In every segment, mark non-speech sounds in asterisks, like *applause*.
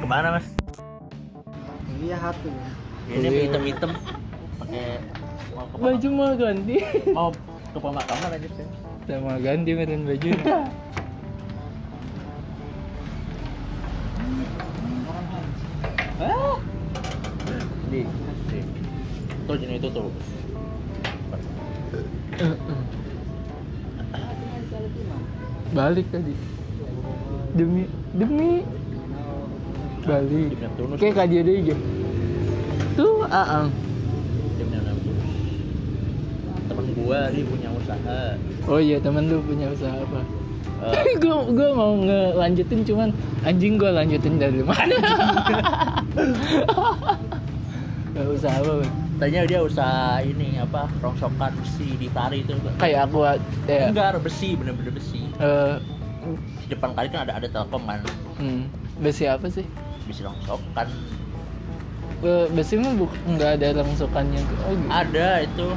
kemana mas? Iya hati. Ini hitam-hitam pakai mau ke Baju mau ganti. *laughs* mau ke pemakaman aja sih. Udah mau ganti meren baju. Ah, Di, di. Tuh jenis itu tuh. balik tadi. Demi demi balik. Jam yang tulus. Kayak gitu. kadi ada aja. Tuh, aang. Jam yang tulus. Temen gua dia punya usaha. Oh iya, temen lu punya usaha apa? *laughs* Eh, gue gue mau ngelanjutin cuman anjing gue lanjutin dari mana gak usah apa Bang. tanya dia usaha ini apa rongsokan besi di tari itu kayak aku ya enggak besi bener-bener besi eh, di depan kali kan ada ada telkom kan hmm, besi apa sih besi rongsokan Eh, besi mah buk nggak ada langsokannya oh, gitu. ada itu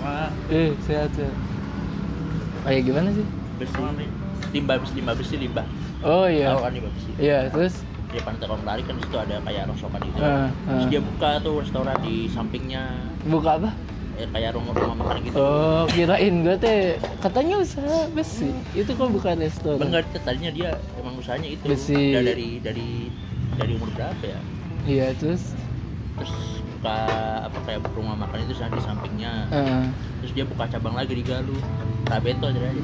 Wah, eh sehat sehat kayak Oh, ya gimana sih besi limbah besi limbah besi limbah oh tahu iya kan limbah besi iya terus di depan telkom lari kan di situ ada kayak rongsokan gitu eh, terus eh, dia buka tuh restoran di sampingnya buka apa eh, kayak rumah rumah makan gitu oh kirain gue teh katanya usaha besi itu kok bukan restoran Enggak, tadinya dia emang usahanya itu Besi. Udah dari dari dari umur berapa ya iya terus terus buka apa kayak rumah makan itu di sampingnya eh, terus dia buka cabang lagi di Galuh Rabeto aja aja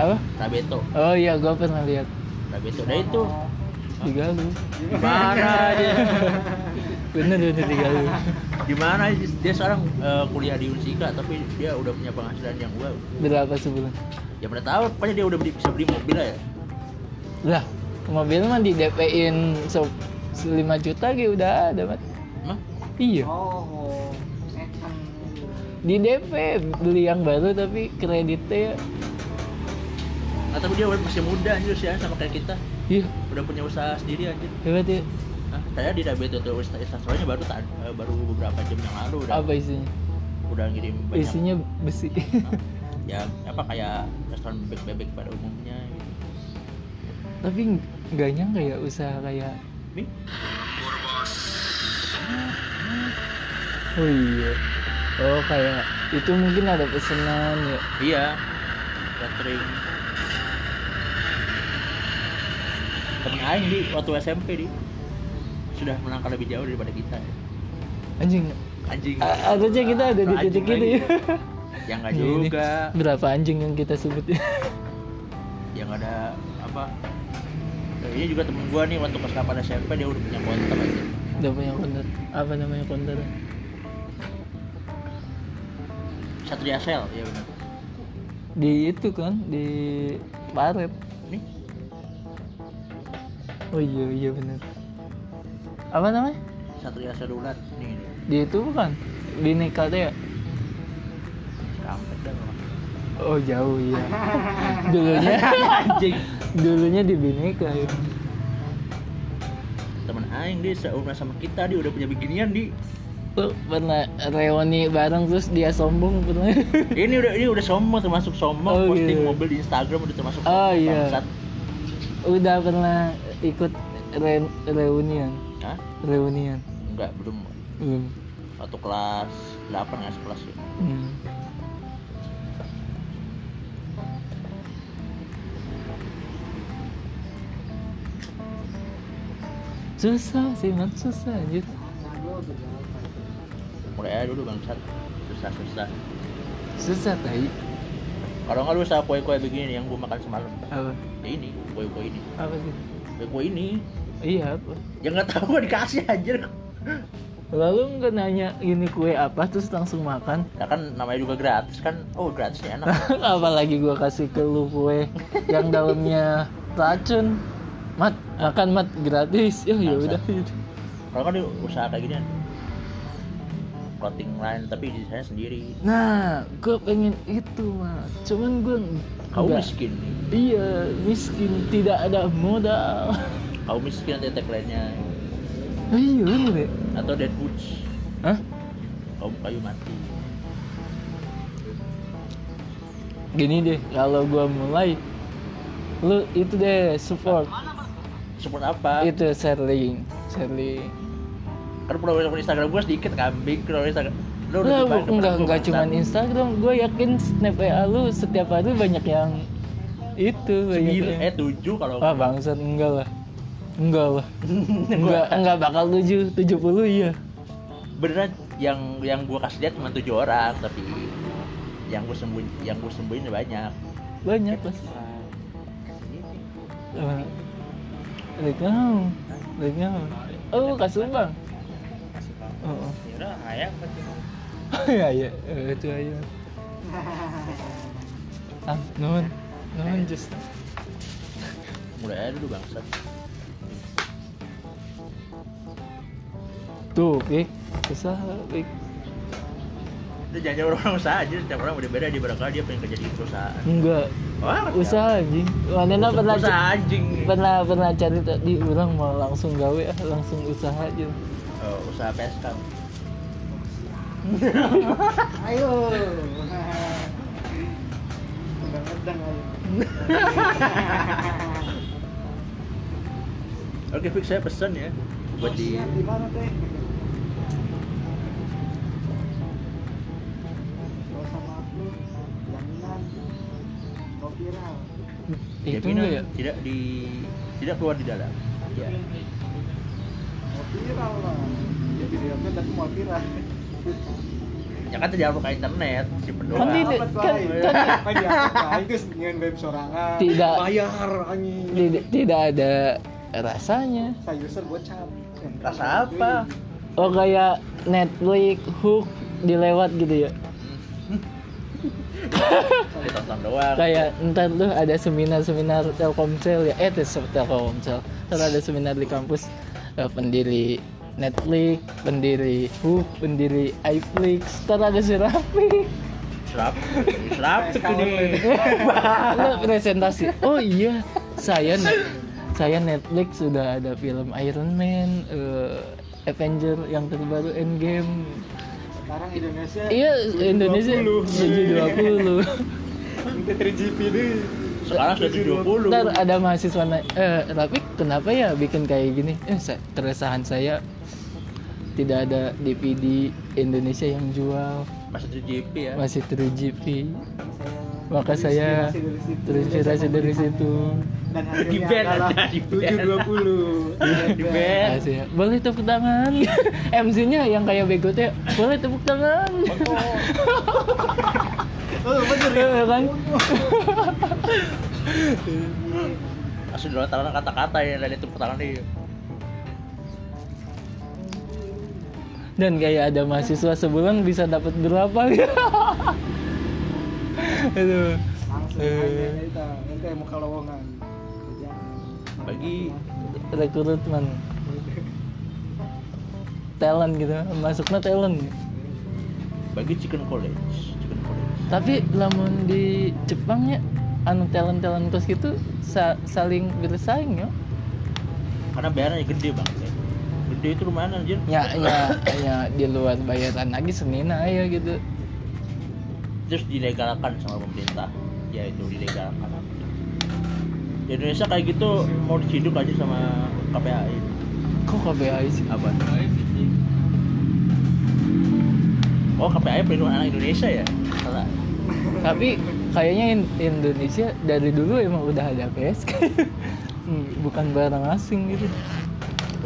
apa Rabeto oh iya gue pernah lihat Rabeto udah itu di Galuh di mana *laughs* aja bener bener di Galuh di mana aja dia sekarang eh, kuliah di Unsika tapi dia udah punya penghasilan yang gua berapa sebulan ya mana tahu pokoknya dia udah beli, bisa beli mobil lah ya lah mobil mah di DP in so 5 juta gitu udah ada Mat. Emang? iya Oh. di DP beli yang baru tapi kreditnya Nah, tapi dia masih muda anjir sih ya, sama kayak kita iya udah punya usaha sendiri anjir hebat ya Nah, saya di Rabeto tuh Insta- instastorynya baru ta- eh, baru beberapa jam yang lalu udah apa isinya udah ngirim banyak isinya besi *laughs* Hah? ya apa kayak restoran bebek bebek pada umumnya gitu. tapi nggak nyangka ya usaha kayak Nih, oh iya oh kayak itu mungkin ada pesanan ya iya catering temen aing di waktu SMP di sudah melangkah lebih jauh daripada kita ya. anjing anjing A- harusnya kita ada di Anjing titik itu lagi. ya *laughs* yang nggak Ini- ini juga berapa anjing yang kita sebut *laughs* ya yang ada apa Nah, ini juga temen gua nih waktu kelas 8 SMP dia udah punya konter aja udah punya konter apa namanya konter Satria Sel ya benar di itu kan di Paret nih oh iya iya bener apa namanya Satria Selular nih nih. di itu bukan Bineka ya kampret dah memang. oh jauh *laughs* iya dulunya anjing dulunya di Bineka ya temen aing dia seumur sama kita dia udah punya beginian di lu pernah reuni bareng terus dia sombong pernah ini udah ini udah sombong termasuk sombong Oh, posting gitu. mobil di Instagram udah termasuk sombong, Oh, iya. bangsat. *laughs* udah pernah ikut re- reunian Hah? reunian enggak belum belum waktu kelas 8 nggak sekelas ya hmm. susah sih man susah anjir mulai aja dulu bangsat susah susah susah tai kalau nggak lu usaha kue kue begini yang gua makan semalam apa ya ini kue kue ini apa sih kue kue ini iya apa ya nggak tahu gua dikasih anjir lalu nggak nanya ini kue apa terus langsung makan *laughs* nah kan namanya juga gratis kan oh gratis ya enak apalagi gua kasih ke lu kue yang dalamnya racun mat makan mat gratis ya ya udah kalau kan dia usaha kayak gini clothing line tapi di saya sendiri nah gue pengen itu mat cuman gue kau miskin nih Iya, miskin tidak ada *laughs* modal. kau miskin nanti tagline-nya Iya bener ya. atau dead boots Hah? kaum kayu mati Gini deh, kalau gua mulai, lu itu deh support, support apa itu sharing sharing kan follower Instagram gue sedikit kambing follower Instagram lu udah Lah, depan- bu- depan enggak gua, enggak bangsat. cuman Instagram gue yakin snap WA lu setiap hari banyak yang itu banyak sembilan yang- eh tujuh kalau Wah bangsat enggak lah Enggak *laughs* lah Enggak, enggak bakal 7, 70 iya beneran yang yang gue kasih lihat cuma tujuh orang tapi yang gue sembunyi yang gue sembunyiin banyak gitu. Banyak lah Emang. Like now Like now Oh kasubang Oh *laughs* Kira ayah apa cuma? Iya iya Eh, Itu aja Ah nuhun Nuhun just mulai aja dulu bangsat Tuh Pik Susah Pik itu jangan orang usaha aja setiap orang beda-beda di barangkali dia pengen kerja di perusahaan Enggak Wah, Usaha anjing Wanena pernah usaha anjing pernah pernah cari tadi orang mau langsung gawe ah langsung usaha aja Oh, usaha *laughs* PSK Ayo. Ngedang-ngedang aja. oke fix saya pesan ya buat di Kan Siap, di mana teh? Gak usah maaf lu, jaminan. Gak viral. itu Jaminan enggak ya tidak di tidak keluar di dalam ya Gak viral lah. Ya videonya tapi mau viral. ya kan tidak ke internet si Kan pendoa tidak- Dapat, kan- Bay. kan- Apa diangkat, Bay? Terus ngein web sorangan. Tidak. Bayar anjing. tidak tidak ada rasanya Saya user gocap. Rasa apa? oh kayak Netflix hook dilewat gitu ya ditonton doang kayak ntar tuh ada seminar seminar Telkomsel ya eh tes Telkomsel ntar ada seminar di kampus eh, pendiri Netflix, pendiri Hook, pendiri iFlix, ntar ada si Rafiq. serap *laughs* serap itu nih Lu presentasi. Oh iya, saya net, saya Netflix sudah ada film Iron Man, eh, Avenger yang terbaru Endgame. Sekarang Indonesia Iya, Indonesia 720. minta 3GP deh. sekarang sudah tujuh puluh Ntar ada mahasiswa na- eh Rafiq kenapa ya bikin kayak gini? Eh, sa- keresahan saya tidak ada DPD Indonesia yang jual masih tujuh GP ya masih 3GP maka saya Terinspirasi dari situ. terinspirasi dari situ Dan Di hasilnya band adalah ada, di band. 720. di band Asik ya. Boleh tepuk tangan. *laughs* MC-nya yang kayak begote, boleh tepuk tangan. Oh, bener ya? Iya kan? masih dulu tangan kata-kata ya dari tepuk tangan nih Dan kayak ada mahasiswa sebulan bisa dapat berapa? *laughs* Eh. Aduh. Langsung aja ya, kita. Nanti mau ke lowongan. Jangan. bagi Rekrutmen. Talent gitu, masuknya talent. bagi chicken college chicken college Tapi lamun di Jepang ya anu talent-talent kos gitu sa- saling bersaing ya. karena bayarannya gede banget ya. gede itu lumayan anjir Ya ya ya di luar bayaran lagi senina ya gitu. terus dilegalkan sama pemerintah ya itu dilegalkan di Indonesia kayak gitu mau diciduk aja sama KPAI Kok KBI sih? apa oh KPAI perlindungan anak Indonesia ya salah tapi kayaknya in- Indonesia dari dulu emang udah ada PSK *laughs* Hmm, bukan barang asing gitu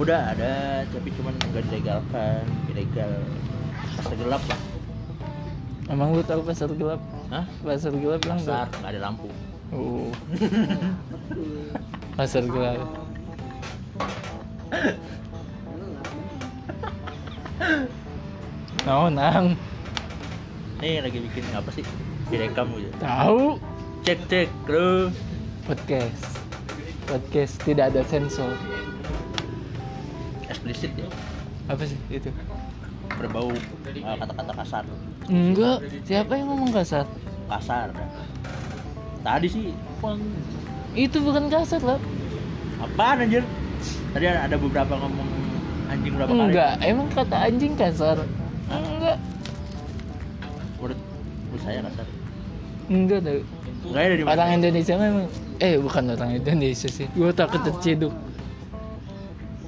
udah ada tapi cuman nggak dilegalkan ilegal pasar gelap lah emang lu tahu pasar gelap Hah? pasar gelap lah pasar enggak nggak ada lampu oh pasar gelap no nang nih lagi bikin apa sih direkam gitu tahu cek cek bro podcast podcast tidak ada sensor eksplisit ya apa sih itu berbau eh, kata-kata kasar enggak siapa yang ngomong kasar kasar tadi sih peng- itu bukan kasar lah apaan anjir tadi ada ada beberapa ngomong anjing berapa kali enggak emang kata anjing kasar enggak menurut menurut saya kasar enggak tahu enggak ada di mana Orang Indonesia memang eh bukan orang Indonesia sih. Gua takut terciduk.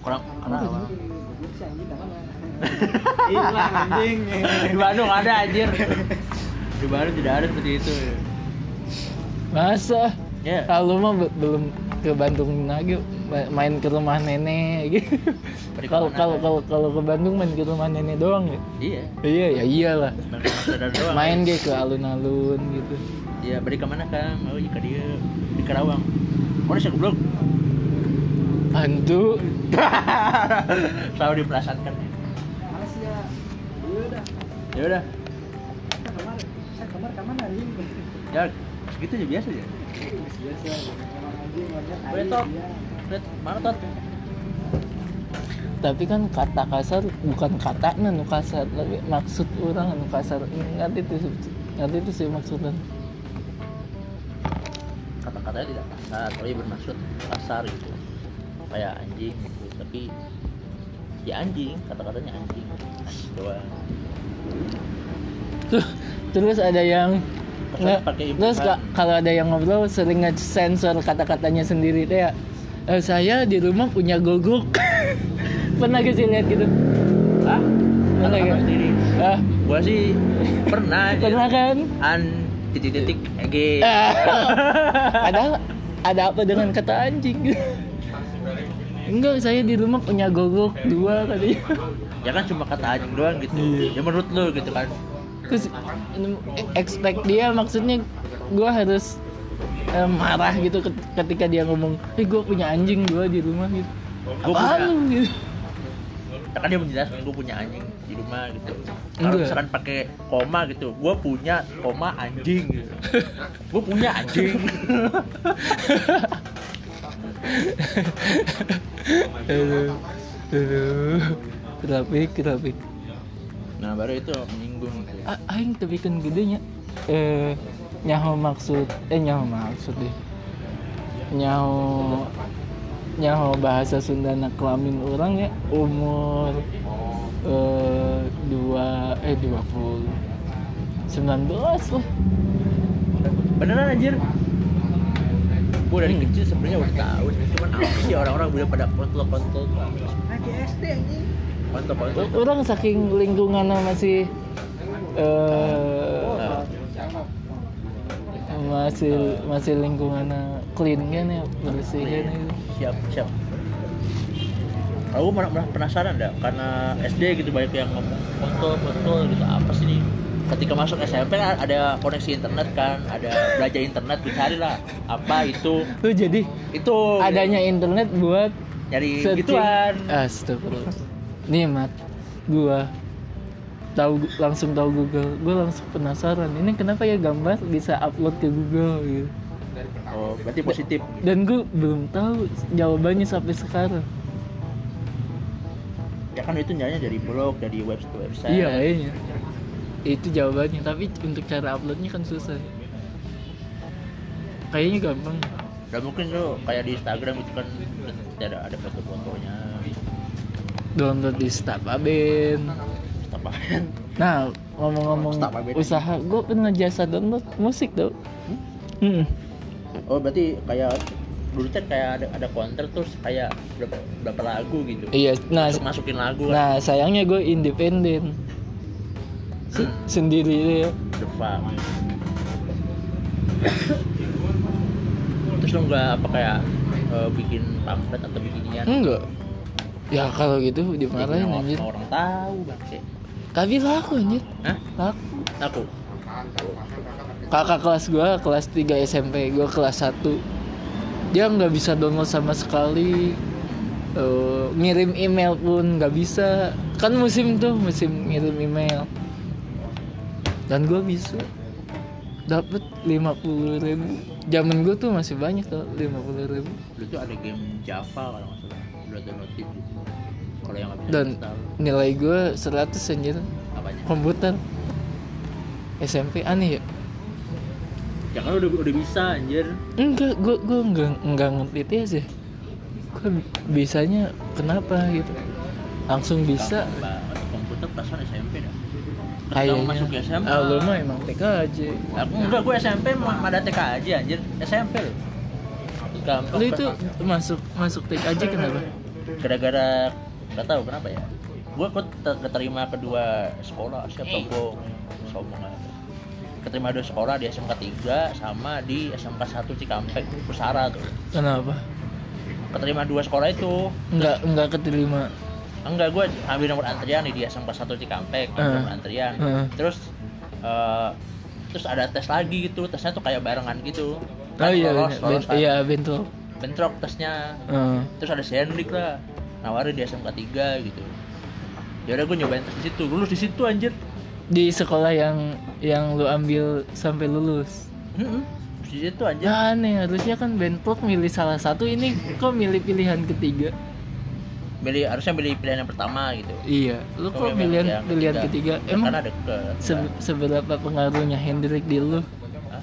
kurang kenal apa? Gue sih anjing tak *laughs* mana. Iklan anjing. di Bandung ada anjir di Bandung tidak ada seperti itu masa ya kalau mah be- belum ke Bandung lagi ma- main ke rumah nenek gitu Pergi kalau kemana? kalau kalau kalau ke Bandung main ke rumah nenek doang ya iya iya ya iyalah Bandung ada doang main gitu ke alun-alun gitu ya balik ke mana kang oh jika dia di Karawang orang saya goblok hantu *laughs* selalu diperasankan Males ya. Iya udah. ya udah Saya kamar, saya kamar kamar anjing. ya gitu aja biasa ya Biasa. Kamar anjing warna Boleh, tai, Tok? iya. Fred mana tot tapi kan kata kasar bukan kata nu kasar tapi maksud orang nu kasar ngerti itu sih ngerti itu sih maksudnya kata-katanya tidak kasar tapi bermaksud kasar gitu kayak anjing gitu tapi ya anjing kata-katanya anjing anjing doang Tuh, terus ada yang Terus nge- pakai imbuhan. terus ka- kalau ada yang ngobrol sering nge-sensor kata-katanya sendiri deh ya "Eh, saya di rumah punya gogok *laughs* pernah gak sih lihat gitu ah Mana kata-kata ya? sendiri ah gua sih pernah anjir. pernah kan an titik-titik E eg Ah. *laughs* padahal ada apa dengan kata anjing *laughs* enggak saya di rumah punya gogok dua kali ya kan cuma kata anjing doang gitu Iya. ya menurut lu gitu kan terus em, expect dia maksudnya gue harus em, marah gitu ket- ketika dia ngomong eh gue punya anjing gue di rumah gitu Gua Apaan punya. lu? gitu. ya kan dia menjelaskan gue punya anjing di rumah gitu kalau Enggak. misalkan pakai koma gitu gue punya koma anjing *laughs* gitu gue punya anjing Aduh, aduh. Kerapik, kerapik. nah baru itu menyinggung gitu. A- Aing tepikan gedenya. Eh, nyaho maksud, eh nyaho maksud deh. Nyaho, nyaho bahasa Sunda na kelamin orang ya umur eh dua eh dua puluh sembilan belas lah. beneran anjir gue dari Hmm. kecil sebenarnya udah tahu sih. cuman apa sih orang-orang udah pada kontol kontol Lagi SD anjing. kontol kontol O- Orang saking lingkungannya masih eh Nah, masih masih lingkungannya clean kan ya bersih kan itu. siap siap aku malah malah penasaran dah karena SD gitu banyak yang ngomong kontol kontol gitu apa sih nih ketika masuk SMP kan ada koneksi internet kan ada belajar internet dicari lah apa itu Lu jadi itu adanya internet buat nyari searching. Eh. gituan Astagfirullah. Nih mat, gua tahu langsung tahu Google, gua langsung penasaran. Ini kenapa ya gambar bisa upload ke Google gitu. oh berarti positif Dan gua belum tahu jawabannya sampai sekarang. ya kan itu nyarinya dari blog dari website website Iya kayaknya. Itu jawabannya, tapi untuk cara uploadnya kan susah. Kayaknya gampang. dan mungkin lo kayak di Instagram itu kan ada ada foto-fotonya Download di Stapaben. apa Nah, ngomong-ngomong Stapaben. usaha, gue pernah jasa download musik tuh. Hmm. oh berarti kayak dulu kan kayak ada ada konter terus kayak berapa, berapa lagu gitu Iya, nah Masuk- masukin lagu kan Nah, sayangnya gue independen. Se- sendiri ya. the fuck terus lo nggak apa kayak eh, bikin pamflet atau bikin inian Enggak. Ya kalau gitu Jadi dimarahin orang, anjir. orang tahu bangke Tapi laku anjir. Hah? Laku. aku Kakak kelas gue kelas 3 SMP, gue kelas 1. Dia nggak bisa download sama sekali. Eh, ngirim email pun nggak bisa. Kan musim tuh, musim ngirim email. Dan gue bisa dapat 50.000 ribu. Zaman gue tuh masih banyak tuh 50.000 ribu. dulu tuh ada game Java kalau nggak salah udah downloadin gitu kalau yang nggak bisa dan tahu nilai gue 100 anjir apanya komputer SMP aneh ya ya kan udah udah bisa anjir enggak gue gue enggak enggak ngerti itu ya sih gue bisanya kenapa gitu langsung bisa Bah, masuk komputer perasaan SMP dah kayaknya Kamu masuk SMA ah, lu mah emang TK aja aku enggak gue SMP mah ada TK aja anjir SMP loh gampang lu itu masuk masuk TK aja kenapa gara-gara nggak tahu kenapa ya gue ikut ter- keterima kedua sekolah Eh. siapa sombong sombong aja. keterima dua sekolah di SMK 3 sama di SMK 1 Cikampek Pusara tuh Kenapa? keterima dua sekolah itu Enggak enggak keterima. enggak gue ambil nomor antrian nih di SMK 1 Cikampek ambil Eh. nomor antrian Eh. terus eh, terus ada tes lagi gitu tesnya tuh kayak barengan gitu Oh Kan iya, lolos, ben- lolos ben- kan. Ah. iya bentrok. bentrok tesnya Heeh. terus ada Sendrik lah nawarin di SMK 3 gitu ya udah gue nyobain tes di situ lulus di situ anjir Di sekolah yang yang lu ambil sampai lulus. Mm-mm. Lulus di situ anjir Ya aneh, harusnya kan bentrok milih salah satu ini kok milih pilihan ketiga. milih harusnya milih pilihan yang pertama gitu Iya, Kalau lu kok yang- pilihan yang pilihan ketiga. Ya, Emang karena deket se- seberapa pengaruhnya Hendrik di lu? Hah?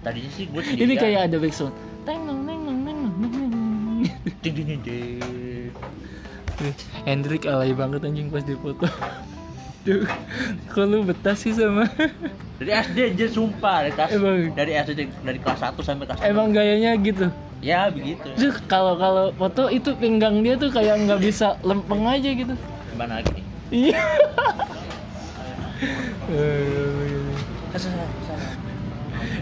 tadinya sih gue sendiri *laughs* Ini kayak ada backsound. Teng neng neng neng neng neng, neng, neng. *laughs* ding ding ding ding Hendrik alay banget anjing pas dipoto. *laughs* Tuh, kok lu betah sih sama? *laughs* dari SD aja sumpah dari kelas Emang. dari SD dari kelas 1 sampai kelas Emang gayanya gitu. enam. ya begitu Terus kalau kalau foto itu pinggang dia tuh kayak nggak bisa lempeng aja gitu. gimana lagi nih Iya.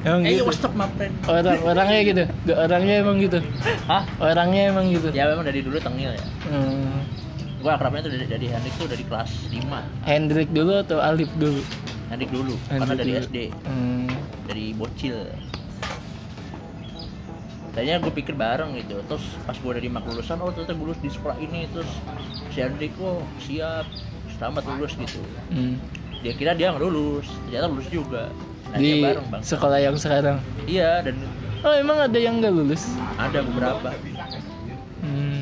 emang eh gitu. what's up my friend Orang orangnya gitu. Gak orangnya emang gitu. hah Orangnya emang gitu. ya memang dari dulu tengil ya Hmm. gue akrabnya tuh dari, dari Hendrik tuh dari kelas 5 Hendrik dulu atau Alif dulu? Hendrik dulu karena Hendrik dari dulu. SD Hmm. dari bocil tadinya gue pikir bareng gitu terus pas gue dari mak lulusan oh ternyata gue lulus di sekolah ini terus si Hendrik oh siap selamat lulus gitu Hmm. dia kira dia nggak lulus ternyata lulus juga nah Di dia bareng bang sekolah yang sekarang. iya dan Oh emang ada yang nggak lulus? ada beberapa Hmm.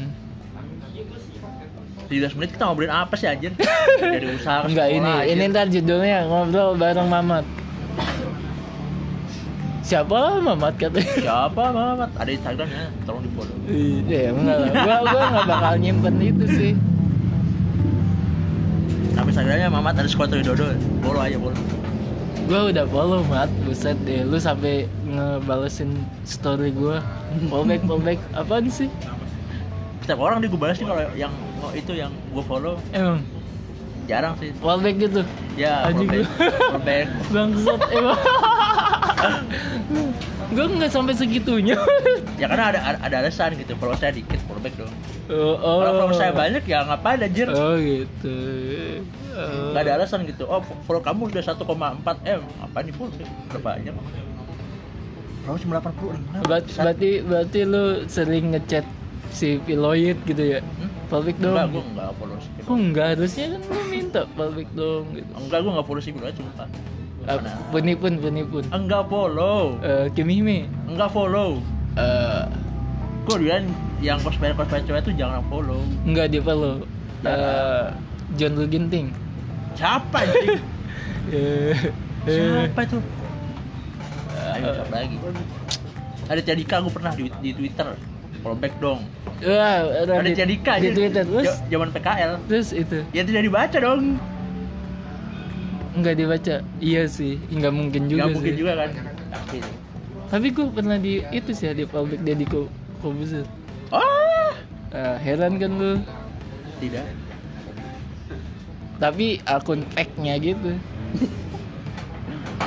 17 menit kita ngobrolin apa sih *laughs* anjir dari usaha ke Enggak sekolah, ini, anjir. ini ntar judulnya ngobrol bareng Mamat. Siapa Mamat katanya? siapa Mamat ada Instagramnya tolong di follow Iya, enggak lah. Gua gua enggak bakal nyimpen itu sih. tapi Instagramnya Mamat ada sekolah Widodo follow aja follow Gua udah follow mat, buset deh. Lu sampai ngebalesin story gua. Fallback, fallback. Apaan sih? setiap orang di gue balas sih kalau yang oh, itu yang gue follow Emang jarang sih fallback gitu. ya Anjing Robert lu. Robert Bangsat *laughs* emang. gua enggak sampai segitunya. ya karena ada ada, ada alasan gitu kalau saya dikit fallback dong *laughs* oh, oh. kalau follow saya banyak ya ngapain anjir Oh gitu. Oh. nggak ada alasan gitu oh follow kamu udah 1,4 m apa nih fallback udah banyak Kamu cuma 86 Ber- berarti berarti lu sering ngechat si Piloid gitu ya? Hmm? Public dong. enggak gue nggak follow sih Kok enggak harusnya kan lu minta public dong gitu. enggak gue nggak follow sih gue cuma Uh, Mana? punipun punipun. enggak follow Eh Kimihime. enggak follow Eh gue bilang yang cosplay cosplay cewek tuh jangan follow enggak dia follow. Eh John Lu Ginting. siapa anjing Eh *laughs* eh, Siapa itu? Ayo siapa lagi? Ada Dika gue pernah di, di Twitter. Follow back dong. Wah, Ada Ah, di- Dika di Twitter terus ja- Zaman PKL. terus itu Ya tidak dibaca dong. enggak dibaca. Iya sih, enggak mungkin Gak juga mungkin sih. juga kan. Tapi, Tapi gue pernah di itu sih di public dia di Ko- Kobuzer. Oh, Eh, heran kan lu? tidak. Tapi akun fake-nya gitu.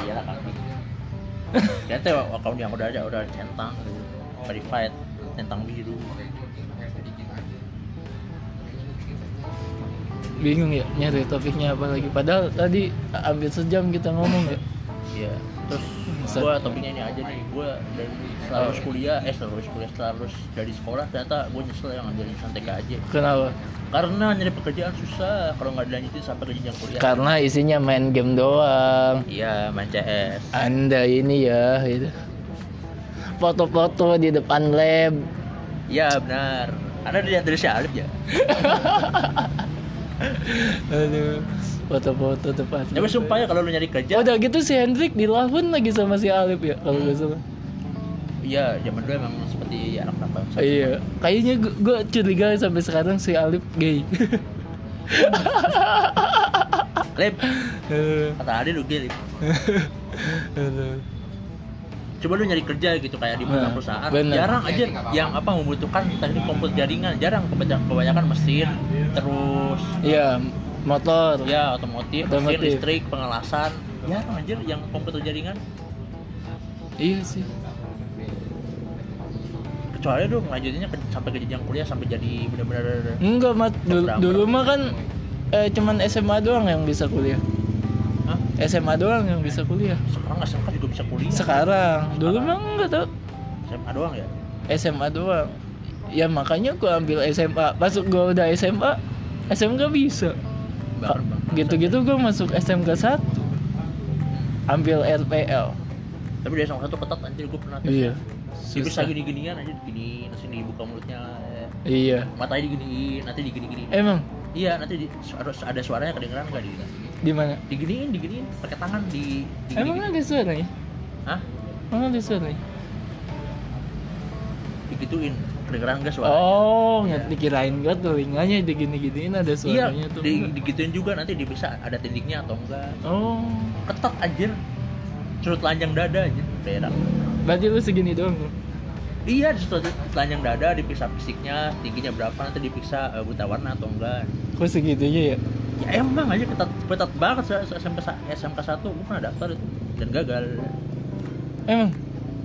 Iyalah kami. Ternyata account yang udah ada udah centang, verified, centang biru. bingung ya nyari topiknya apa lagi padahal tadi ambil sejam kita ngomong ya Iya. Terus Set. gue topiknya ini aja nih. Gue dari setelah lulus kuliah, eh setelah lulus kuliah, setelah lulus dari sekolah ternyata gue nyesel yang ngambil jurusan TK aja. kenapa karena nyari pekerjaan susah kalau nggak dilanjutin sampai ke jenjang kuliah karena isinya main game doang iya main CS anda ini ya gitu foto-foto di depan lab iya benar anda dilihat dari si Alif ya aduh foto-foto depan tapi sumpah ya kalau lu nyari kerja udah gitu si Hendrik dilahun lagi sama si Alif ya kalau nggak salah iya zaman dulu emang seperti anak-anak bangsa iya kayaknya gu- gua curiga sampai sekarang si Alif gay Lip Aduh, kata Adi lu gilip aduh. coba lu nyari kerja gitu kayak di Nah, mana perusahaan bener. jarang Ya, aja itu nggak apa-apa. yang apa membutuhkan teknik komputer jaringan jarang kebanyakan, kebanyakan mesin terus Iya, motor. ya otomotif, mesin Otomotif. listrik pengelasan jarang anjir yang komputer jaringan Iya sih. kecuali lu lanjutinnya ke- sampai ke jenjang kuliah sampai jadi benar-benar Enggak, Mat. Du- Berapa? dulu mah kan eh, cuman SMA doang yang bisa kuliah. Hah? SMA doang yang bisa kuliah. ah, sekarang SMK juga bisa kuliah Sekarang, dulu mah enggak tuh. SMA doang ya SMA doang. Ya makanya gua ambil SMA. Masuk gua udah SMA, SMK bisa. Bahkan bang Gitu-gitu gua masuk SMK 1. Ambil RPL. tapi dia sama satu ketat anjir gue pernah tes Iya. Bisa Susah. gini-ginian aja diginiin, terus ini buka mulutnya eh, Iya. matanya diginiin, nanti digini-giniin Emang iya nanti di, harus ada suaranya kedengeran gak gitu di mana? diginiin, diginiin, pakai tangan di Emang digini ada suaranya? hah? Emang ada ya? suaranya? digituin, kedengeran gak suaranya? Oh, nggak dikirain gua telinganya digini-giniin ada iya, suaranya tuh. di, digituin juga nanti diperiksa ada tindiknya atau enggak Oh, ketat anjir sudut telanjang dada aja daerah berarti lu segini doang lu? iya di sudut telanjang dada diperiksa fisiknya tingginya berapa nanti diperiksa eh, buta warna atau enggak Kok segitunya ya? ya emang aja ketat ketat banget se- se- SMK sa- SMK 1 gue pernah daftar itu dan gagal Emang?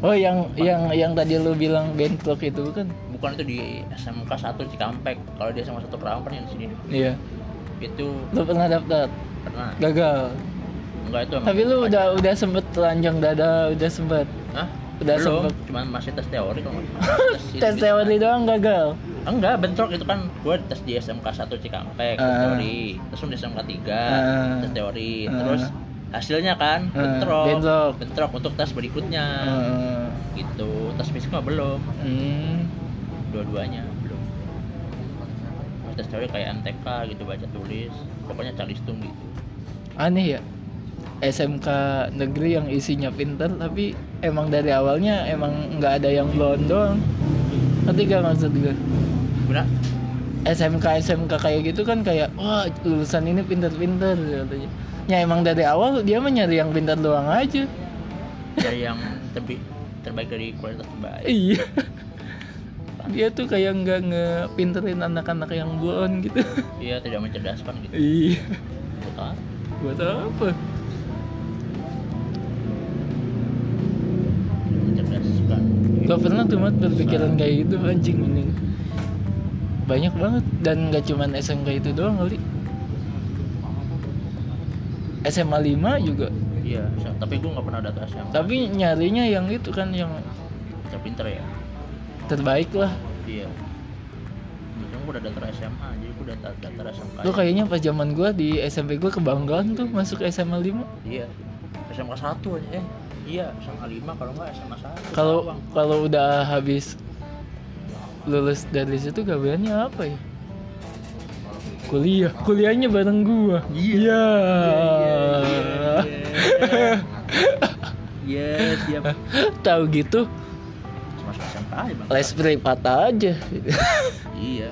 Oh, yang yang yang tadi lu bilang bentrok itu bukan? bukan itu di SMK 1 Cikampek kalau dia sama satu Kerawang kan yang di sini Iya. itu Lu pernah daftar? pernah Gagal. enggak itu emang Tapi lu aja. udah udah sempet telanjang dada, udah sempet Hah? udah belum sempet- cuman masih tes teori kalau nggak salah. *laughs* tes teori doang gagal. enggak bentrok itu kan gue tes di SMK 1 Cikampek tes Ah. teori terus di SMK 3 Ah. tes teori Ah. terus hasilnya kan Ah, bentrok bentrok. bentrok untuk tes berikutnya Eh, gitu tes fisik mah belum hmm. dua-duanya belum tes teori kayak MTK gitu baca tulis pokoknya calistung gitu Aneh ya. SMK negeri yang isinya pinter tapi emang dari awalnya emang nggak ada yang blond doang. Ngerti gak maksud gue? benar SMK SMK kayak gitu kan kayak wah lulusan ini pinter-pinter katanya. Ya emang dari awal dia mah nyari yang pintar doang aja. dari yang terbi terbaik dari kualitas terbaik Iya. *laughs* Dia tuh kayak nggak ngepinterin anak-anak yang blond gitu. *laughs* iya tidak mencerdaskan gitu Iya. Betul. Buat apa? tidak mencerdaskan Lo pernah tuh Mat, berpikiran kayak gitu anjing ini. Banyak banget dan nggak cuman SMK itu doang kali. SMA 5 juga. iya so- tapi gue nggak pernah data SMK Tapi nyarinya yang itu kan yang Yang pinter ya terbaik lah. iya Kebetulan gue udah daftar SMA, jadi gue udah daftar daftar SMK Lo kayaknya pas zaman gua di SMP gua kebanggaan tuh masuk SMA 5. Iya SMK 1 aja, eh Iya, SMK 5 kalau nggak SMA 1 Kalau kalau udah habis lulus dari situ gaweannya apa ya? Kuliah, kuliahnya bareng gua. Iya. Eh. *laughs* Iya, siap Eh. Tahu gitu Masuk SMK aja bang les privat aja. Iya.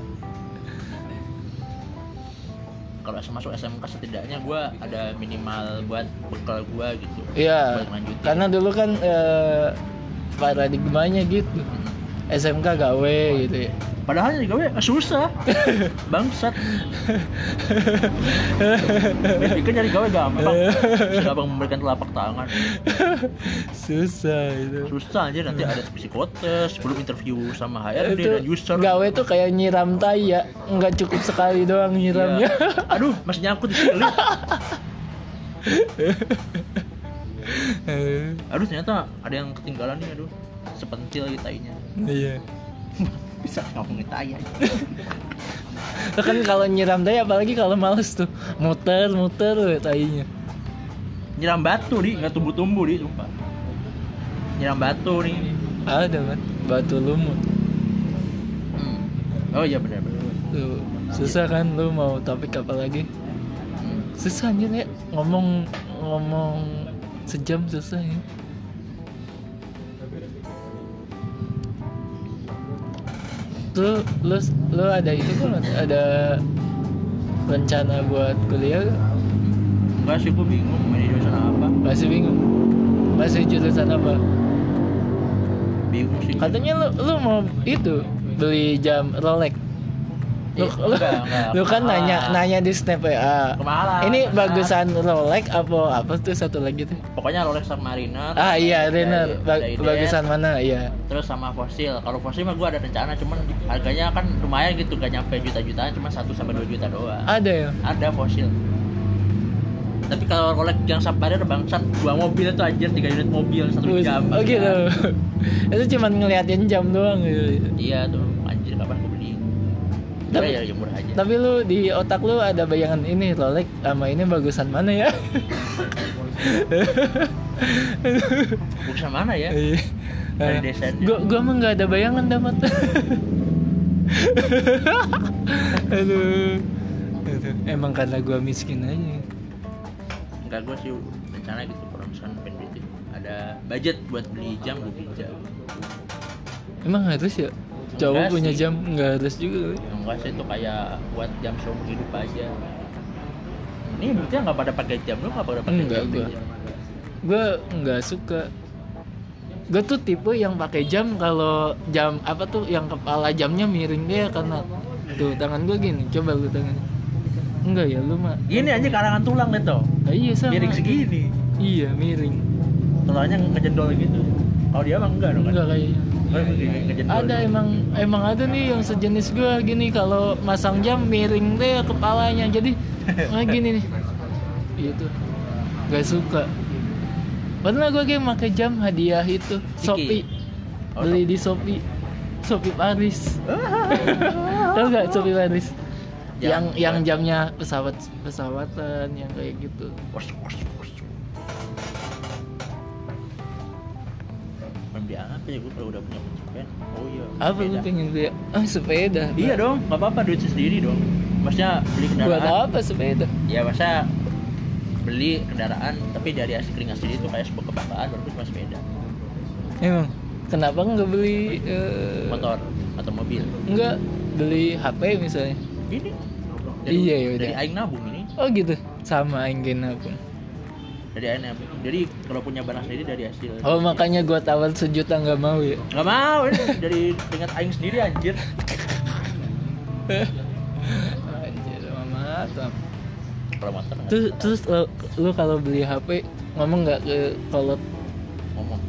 Kalau SMA masuk SMK setidaknya gua ada minimal buat bekal gua gitu. Iya. Buat lanjutin. Karena dulu kan eh, paradigmanya gitu. Mm. SMK gawe gitu ya. Padahal juga we, *laughs* susah. Bangsat. Bikin nyari gawe gampang. Sudah bang memberikan telapak tangan. Susah itu. Susah aja nanti ada psikotes, belum interview sama HRD itu dan user. Iya. gawe tuh kayak nyiram tai ya nggak cukup sekali doang nyiramnya Iya. *laughs* Aduh, masih nyangkut di sini. Iya. Aduh, ternyata ada yang ketinggalan nih, aduh. Sepentil gitu tainya. *laughs* iya Bisa ya. ngomongin tai aja. kan kalau nyiram tai apalagi kalau males tuh muter muter we tainya nyiram batu di nggak tumbuh-tumbuh di sumpah nyiram batu nih ada kan batu lumut Hmm. oh iya benar benar tuh susah kan lu mau topik apa lagi Hmm. susah anjir ya ngomong ngomong sejam susah ya lu lu lu ada itu kan ada rencana buat kuliah nggak? enggak sih gue bingung mau di jurusan apa masih bingung masih jurusan apa bingung sih Katanya lu lu mau itu beli jam Rolex. Lu, Iya, lu, enggak, *laughs* enggak. Ah. lu kan nanya Kemahalan. nanya di snap ya. Kemahalan, Ini kemahalan. bagusan Rolex apa apa tuh satu lagi tuh. pokoknya Rolex sama Mariner Ah iya dari- Renner Ba- dari bagusan mana iya. terus sama fosil kalau fosil mah gue ada rencana cuman harganya kan lumayan gitu gak nyampe juta-jutaan cuma 1 sampai 2 juta doang Ada ya. ada fosil tapi kalau Rolex yang Submariner bangsat dua mobil itu anjir tiga unit mobil satu Bus- jam Oh gitu. Ya. *laughs* Itu cuman ngeliatin jam doang gitu. iya tuh anjir kapan gue beli tapi Tapi- ya ya murah aja Tapi lu di otak lu ada bayangan ini Rolex sama ini bagusan mana ya? bukan mana *laughs* ya Iya. Dari desainnya. Gua gua mah nggak ada bayangan dapat. Aduh. Aduh. Emang karena gua miskin aja. enggak gue sih rencana gitu kalau misalkan pengen beli ada budget buat beli jam gue beli jam Emang harus ya? Cowok Enggak punya sih. jam nggak harus juga. kali. enggak sih itu kayak buat jam seumur hidup aja ini buktinya nggak pada pakai jam lu nggak pada pakai Enggak, jam gitu. gua. Gua nggak suka. Gua tuh tipe yang pakai jam kalau jam apa tuh yang kepala jamnya miring dia karena tuh tangan gua gini. Coba lu tangannya. Enggak ya lu mah. gini aja karangan tulang deh tuh Ah, iya sama. miring segini Iya miring. tulangnya ngejedol gitu kalau dia emang enggak dong kan Enggak kayaknya. Kalau begini, ngejedol ada emang emang ada nih yang sejenis gue gini kalau masang jam miring deh kepalanya jadi nah gini nih gitu gak suka pernah gue kayak pakai jam hadiah itu Shopee Oh, beli di Shopee Shopee *laughs* Paris tau gak Shopee Paris Jam. yang yang jamnya pesawat pesawatan yang kayak gitu Wos, wos, wos. Pengen beli apa ya gue kalau udah punya pencapaian oh iya apa lu sepeda. pengen beli ah sepeda iya dong nggak apa-apa duit sendiri dong maksudnya beli buat kendaraan apa sepeda ya masa beli kendaraan tapi dari hasil keringat sendiri itu kayak sebuah kebanggaan walaupun cuma sepeda emang kenapa nggak beli eh, motor atau mobil Enggak, beli HP misalnya. ini Iya, ya dari udah. aing nabung ini Oh gitu, sama Anggena pun. dari aing nabung jadi kalau punya barang sendiri dari hasil Oh makanya gua tawar sejuta nggak mau ya. nggak mau ini dari keringat aing sendiri anjir Anjir, mama tam. kalau motor nggak Terus, terus lo- lu, kalau beli HP ngomong nggak ke kolot? ngomong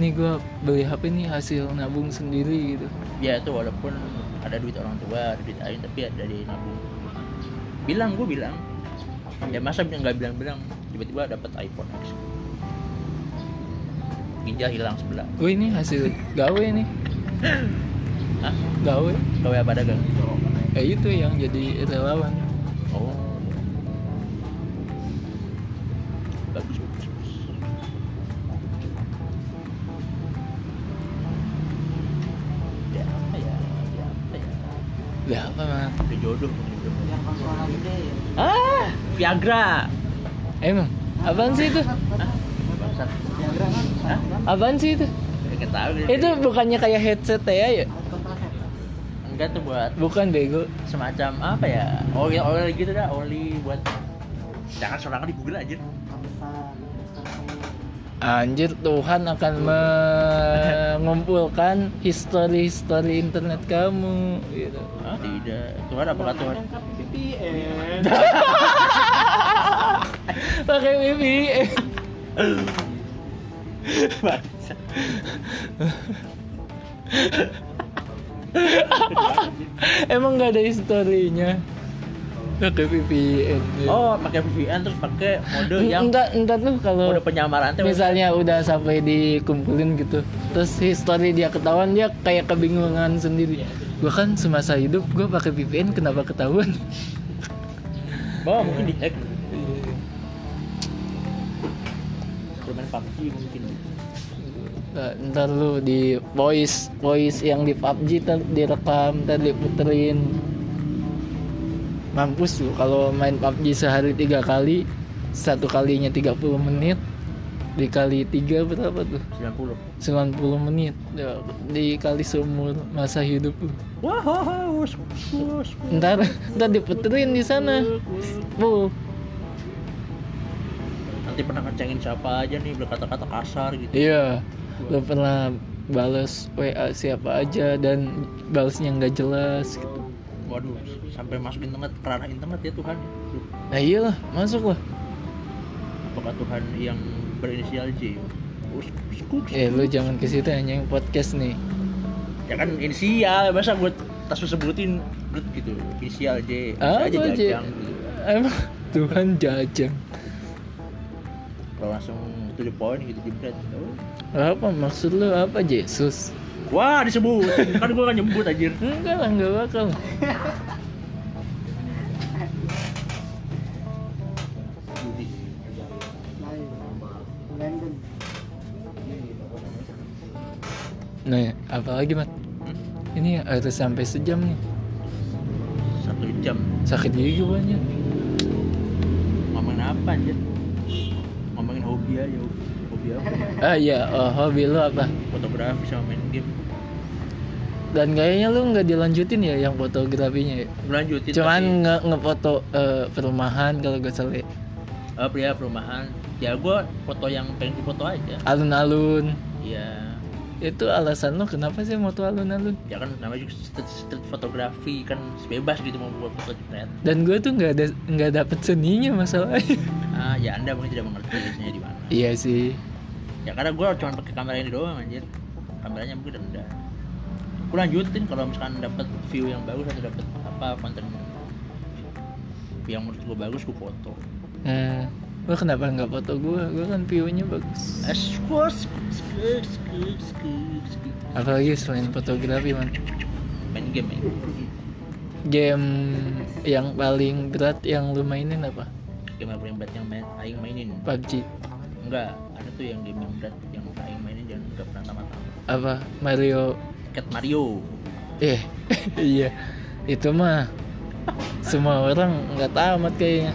Nih gua beli HP nih hasil nabung sendiri gitu. ya itu walaupun ada duit orang tua ada duit aing tapi ya dari nabung bilang gue bilang ya masa nggak bilang-bilang tiba-tiba dapat iPhone X ginjal hilang sebelah Gue ini hasil gawe nih, Hah? gawe. Gawe apa dagang? Ya itu yang jadi relawan. Oh. Bagus, bagus, bagus. Ya apa ya? Ya apa ya? Lah apa mah? Udah jodoh. yang konsol gede Ah, Viagra. Emang? Apaan sih itu? Hah? Bangsat. Viagra kan Hah? Apaan sih itu? Ya, nggak tahu deh. Itu bukannya kayak headset ya ya? enggak tuh buat Bukan bego. semacam apa ya? Oil oil gitu dah, oli buat jangan sorangan di Google aja. Anjir, Tuhan akan mengumpulkan histori-histori internet kamu. Gitu. Ah, tidak. Tuhan apakah Tuhan? VPN Pakai VPN. Bangsat. *laughs* Emang nggak ada historinya. Pakai VPN. Oh, pakai VPN terus pakai mode yang Oh, entar entar tuh kalau mode penyamaran tuh. misalnya udah sampai dikumpulin gitu, terus history dia ketahuan dia kayak kebingungan sendiri. Gua kan semasa hidup gua pakai VPN kenapa ketahuan? Bahwa mungkin dihack. Bermain PUBG mungkin. Nah, ntar lu di voice voice yang di PUBG ntar direkam ntar diputerin mampus lu kalau main PUBG sehari tiga kali satu kalinya 30 menit dikali tiga berapa tuh 90. 90 menit Ya, dikali seumur masa hidup lu Wah, wah, wah, wus, wus, wus. ntar ntar diputerin di sana bu Nanti pernah ngecengin siapa aja nih berkata-kata kasar gitu. iya lu pernah balas WA siapa aja dan balasnya nggak jelas gitu. waduh sampai masuk internet ke ranah internet ya Tuhan Duh, Nah iyalah, masuk lah. apakah Tuhan yang berinisial J Us- skuk, skuk. Eh lu jangan ke situ hanya yang podcast nih. ya kan inisial masa buat tas lu sebutin Brut, gitu inisial J bisa Ah, Apa aja J? jajang gitu. Emang Tuhan jajang. kalau langsung to the point gitu jebret Oh. Apa maksud lu apa Yesus? wah disebut kan gua kan nyebut anjir Enggak lah, enggak bakal. Judi. lain lain kan Nah, apalagi mat? Ini harus sampai sejam nih. satu jam Sakit gigi banyak. ngomongin apa anjir ngomongin hobi aja hobi, hobi apa *laughs* Ah iya, oh, hobi lu apa? fotografi sama main game Dan kayaknya lu nggak dilanjutin ya yang fotografinya ya? berlanjutin Cuman nge ngefoto eh, perumahan kalau gak salah tapi, ya. eh, pria perumahan ya gua foto yang pengen foto aja Alun-alun. ya Itu alasan lu kenapa sih mau tuh alun-alun? ya kan namanya juga street, street fotografi kan bebas gitu mau buat foto jepret Dan gue tuh nggak ada nggak dapet seninya masalahnya. ah ya anda mungkin tidak mengerti biasanya di mana iya sih. ya karena gue cuma pakai kamera ini doang anjir kameranya mungkin rendah gue lanjutin kalau misalkan dapat view yang bagus atau dapat apa konten yang menurut gue bagus gue foto Hmm. Lo kenapa nggak foto gue? Gue kan view-nya bagus. Eh, squat, squat, squat, squat, squat, squat. Apalagi selain fotografi man. main game main game. Game yang paling berat yang lu mainin apa? game yang paling berat yang main aing mainin PUBG. enggak ada tuh yang game yang berat yang aing mainin dan nggak pernah tamat-tamat Apa? Mario. Cat Mario Eh. *laughs* iya. Itu mah semua orang nggak tamat kayaknya.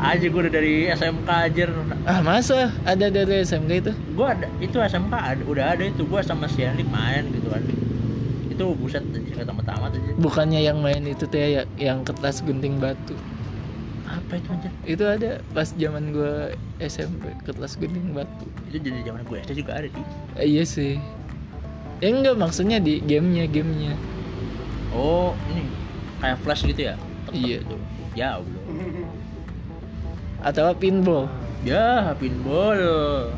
aja gue udah dari SMK aja Ah masa ada dari SMK itu? gue ada itu SMK ada, udah ada itu gue sama si Henrik main gitu kan itu buset anjir kata tamat aja Bukannya yang main itu tuh ya yang kertas gunting batu. apa itu anjir Itu ada pas zaman gua SMP kertas gunting batu. itu jadi zaman gue SD juga ada di Eh, iya sih. Ya enggak maksudnya di gamenya gamenya. oh ini kayak flash gitu ya Iya. tuh ya belum Atau pinball. ya pinball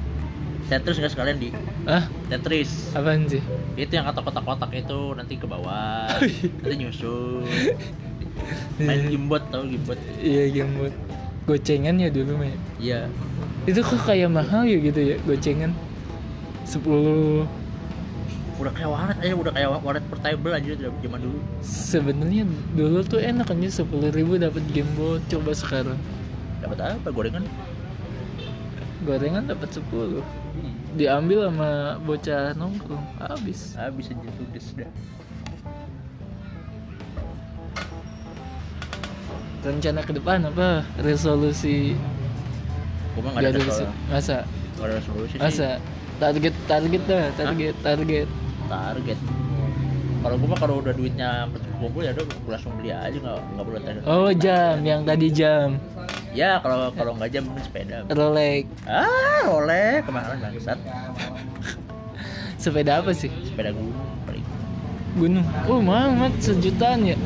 Tetris nggak sekalian di Ah Tetris apaan sih? itu yang kata kotak-kotak itu nanti ke *laughs* bawah nanti nyusul main gimbot tau gimbot Iya game buat gocengan ya dulu mah. ya. iya Itu kok kayak mahal ya gitu ya gocengan. 10 udah kayak waret aja udah kayak waret portable aja zaman dulu sebenarnya dulu tuh enak aja sepuluh ribu dapat game buat coba sekarang dapat apa gorengan gorengan dapat 10 Hmm. diambil sama bocah nongkrong habis habis aja tugas dah rencana ke depan apa resolusi gue mah nggak ada dari resolusi se- masa nggak ada resolusi sih masa target target dah target target target kalau gue mah kalau udah duitnya kumpul ya udah gue langsung beli aja nggak nggak perlu target oh jam yang tadi jam ya kalau kalau nggak jam mungkin sepeda Rolex ah oleh kemarin bangsat sepeda apa sih sepeda gunung paling gunung oh mahal mat sejutaan ya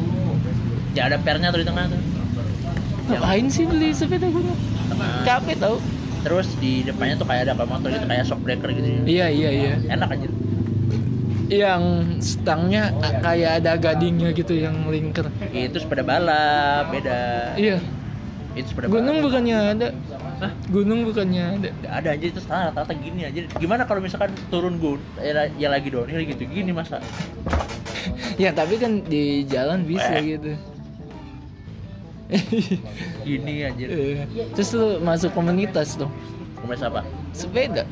ya ada pernya tuh di tengah tuh ngapain sih beli sepeda gunung Tengah. capek tau terus di depannya tuh kayak ada kayak motor gitu kayak shock breaker gitu iya iya iya enak aja yang stangnya kayak ada gadingnya gitu yang melingkar itu sepeda balap beda iya itu sepeda gunung balap bukannya ada Hah? gunung bukannya ada Nggak ada aja itu sekarang rata-rata gini aja gimana kalau misalkan turun gue ya, ya lagi downhill gitu gini masa ya tapi kan di jalan bisa Eh. gitu gini anjir Eh, terus lu masuk komunitas dong komunitas apa sepeda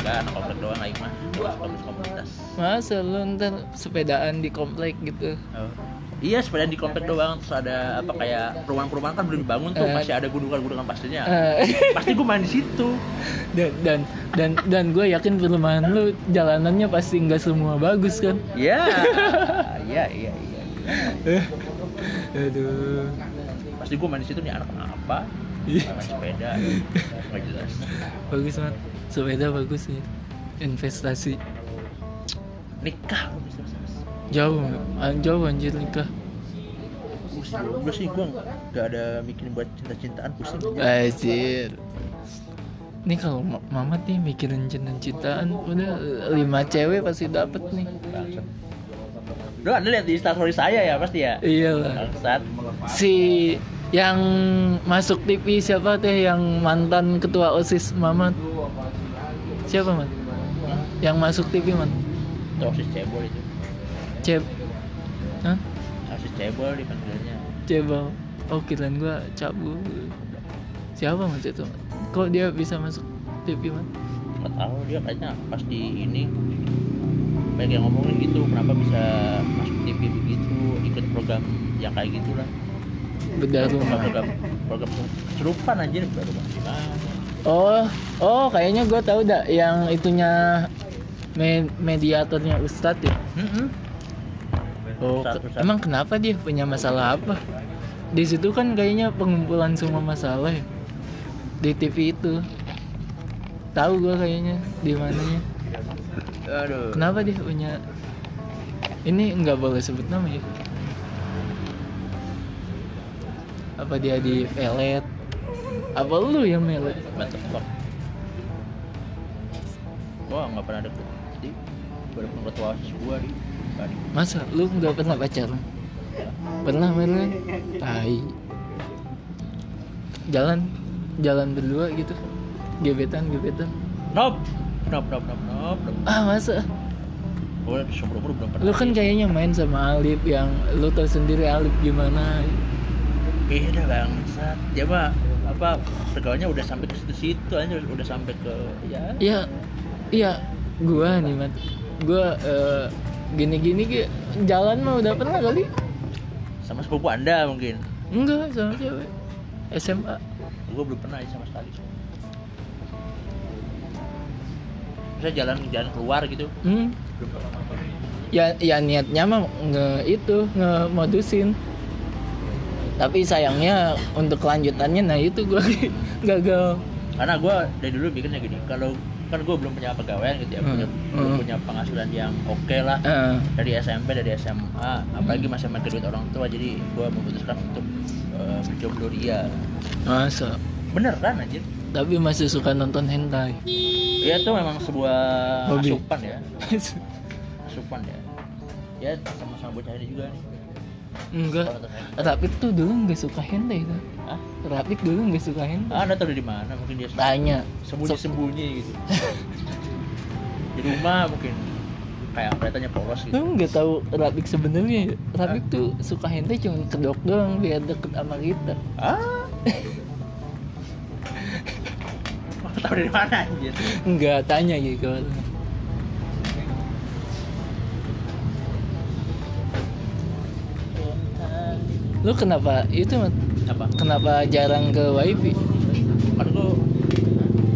enggak anak komplek doang lain mah Gua suka masuk komunitas masa lu ntar sepedaan di komplek gitu oh. iya sepeda di komplek doang terus ada apa kayak perumahan-perumahan kan belum dibangun tuh Eh. masih ada gunungan-gunungan pastinya Eh, *laughs* pasti gue main di situ dan dan dan dan gue yakin perumahan lu jalanannya pasti nggak semua bagus kan *laughs* ya iya iya iya Eh, aduh pasti gue main di situ nih anak apa Iya. main sepeda nggak jelas bagus banget sepeda bagus ya investasi nikah lu bisa sukses jauh an- jauh anjir nikah pusing gue sih gue nggak ada mikirin buat cinta-cintaan pusing anjir ini kalau ma- mamat nih mikirin cinta-cintaan udah lima cewek pasti dapet nih Bangsat. Lu anda lihat di instastory saya ya pasti ya iyalah Bangsat si yang masuk TV siapa teh yang mantan ketua osis mamat siapa man yang masuk TV man Tosis cebol itu cep Hah? Tosis cebol dipanggilnya Coba. Oh, kiraan gua cabul. Siapa mas itu? Kok dia bisa masuk TV man? Gak tahu dia kayaknya pas di ini Banyak yang ngomongin gitu Kenapa bisa masuk TV begitu Ikut program yang kayak gitulah Bedah rumah. Program, program serupan anjir Program gimana Oh, oh kayaknya gua tahu dah yang itunya me- mediatornya Ustadz ya. Mm-mm. Oh, Ustadz, ke- Ustadz. emang kenapa dia punya masalah apa? Di situ kan kayaknya pengumpulan semua masalah ya. Di TV itu. Tahu gua kayaknya di mananya. Aduh Kenapa dia punya ini nggak boleh sebut nama ya? Apa dia di pelet? Apa lu yang melet? Mantep kok Gua nggak pernah deket Jadi Walaupun ketua osis gua di Tadi Masa lu nggak pernah pacaran? Pernah pernah? Tai. Jalan jalan berdua gitu. Gebetan gebetan. Nope Nope nope nope nope nope. Ah masa? Gue seumur umur belum pernah Lu kan kayaknya main sama Alif yang lu tahu sendiri Alif gimana? beda bangsat dia mah apa pergaulannya udah sampai ke situ-situ aja udah sampai ke ya Iya, iya, gua nih mat, gua eh, gini-gini ge- jalan mah udah pernah kali? sama sepupu anda mungkin Enggak sama cewek SMA. gue belum pernah sama sekali bisa jalan jalan keluar gitu Hmm. Ya, ya niatnya mah nge itu ngemodusin. Tapi sayangnya untuk kelanjutannya, nah itu gua *laughs* gagal. karena gue dari dulu bikinnya gini kalau kan gue belum punya pegawai gitu ya Hmm. punya, belum Hmm. punya penghasilan yang oke lah Eh, dari SMP dari SMA apalagi masih pakai duit orang tua jadi gue memutuskan untuk eh, berjomblo dia masa? beneran anjir Tapi masih suka nonton hentai. *laughs* Iya itu memang sebuah Hobi. asupan ya asupan ya ya sama-sama bocah ini juga nih Enggak. Kalau terkait- Rapik tuh dulu nggak suka hentai tuh. Hah? Rapik dulu nggak suka hentai. ah anda tahu di mana mungkin dia Tanya. sembunyi-sembunyi *laughs* gitu di rumah mungkin kayak kelihatannya polos gitu Lu nggak tahu Rapik sebenarnya. ya? Rapik tuh suka hentai cuma kedok doang biar deket sama kita. ah Mau tahu dari mana anjir Enggak tanya gitu. Lu kenapa itu Mat? apa kenapa jarang ke wifi? kan gua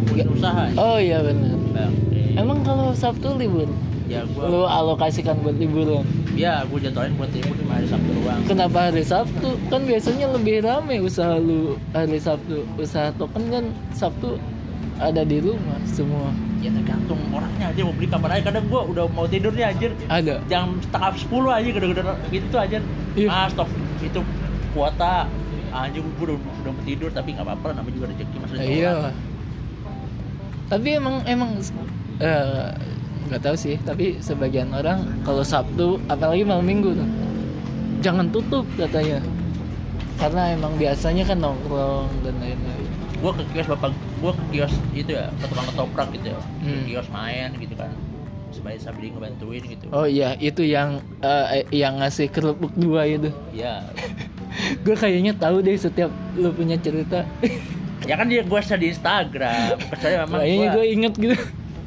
punya usaha ya Oh iya benar. Bang, eh, Emang kalau Sabtu libur, ya lu gua alokasikan buat liburan. ya gua jatuhin buat ibu cuma hari Sabtu doang Kenapa hari Sabtu? Kan biasanya lebih rame usaha lu hari Sabtu. Usaha token kan Sabtu ada di rumah semua. ya tergantung orangnya aja mau beli kapan aja kadang gua udah mau tidur nih anjir Ada. jam setengah sepuluh aja gede-gede gitu aja Iya. ah stop itu kuota anjing gue udah, udah mau tidur tapi nggak apa-apa lah namanya juga rezeki masih ada Iya. orang. Tapi emang emang eh, nggak tahu sih. Tapi sebagian orang kalau Sabtu, apalagi malam Minggu tuh, jangan tutup katanya. Karena emang biasanya kan nongkrong dan lain-lain. gue ke kios bapak gue ke kios itu ya ke tukang ketoprak gitu ya ke Hmm. kios main gitu kan sebagai sambil ngebantuin gitu Oh iya, itu yang eh, yang ngasih kerupuk dua itu. *laughs* ya Gue kayaknya tahu deh setiap lu punya cerita. ya kan dia gue share di Instagram kecuali memang Kayaknya gua, gue inget gitu.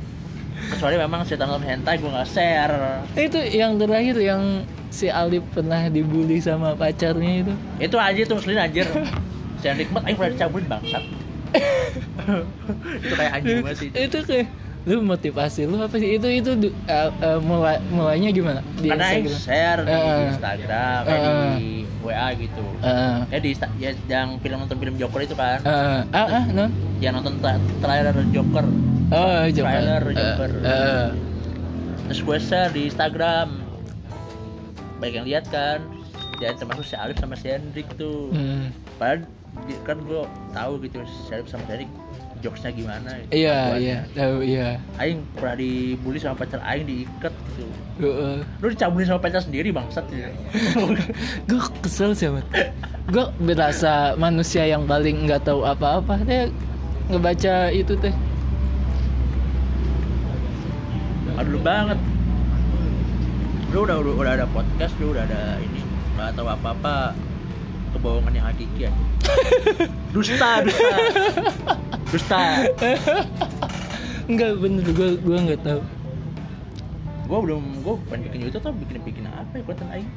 *laughs* kecuali memang cerita nonton hentai gue nggak share itu yang terakhir yang si Alif pernah dibully sama pacarnya itu. itu aja itu muslim anjir saya nikmat ayo pernah dicabulin bangsat itu kayak anjing banget sih itu. itu kayak lu motivasi lu apa sih itu itu du- eh, eh, mulai mulainya gimana di karena yang Instagram? share di Eh. Instagram, eh, di WA gitu. Eh, Ya di Insta- ya yang film nonton film Joker itu kan, eh, ah ah non yang nonton tra- trailer Joker. oh Joker Trailer, Eh, Joker. eh. terus gue share di Instagram banyak yang lihat kan dan termasuk si Alif sama si Hendrik tuh Hmm. padahal di- kan gue tahu gitu si Alif sama si Hendrik jokesnya gimana Iya, kelakuannya. iya, tahu iya. Aing pernah dibully sama pacar Aing diikat gitu Heeh. lu dicabulin sama pacar sendiri bangsat *laughs* ya. gue kesel sih Mat. gue berasa manusia yang paling nggak tahu apa-apa deh ngebaca itu teh aduh lu banget lu udah, udah udah ada podcast lu udah ada ini nggak tahu apa apa kebohongan yang hakiki ya *laughs* dusta dusta dusta nggak bener gue gue nggak tahu gue belum gue pengen bikin YouTube tapi bikin bikin apa ya konten aing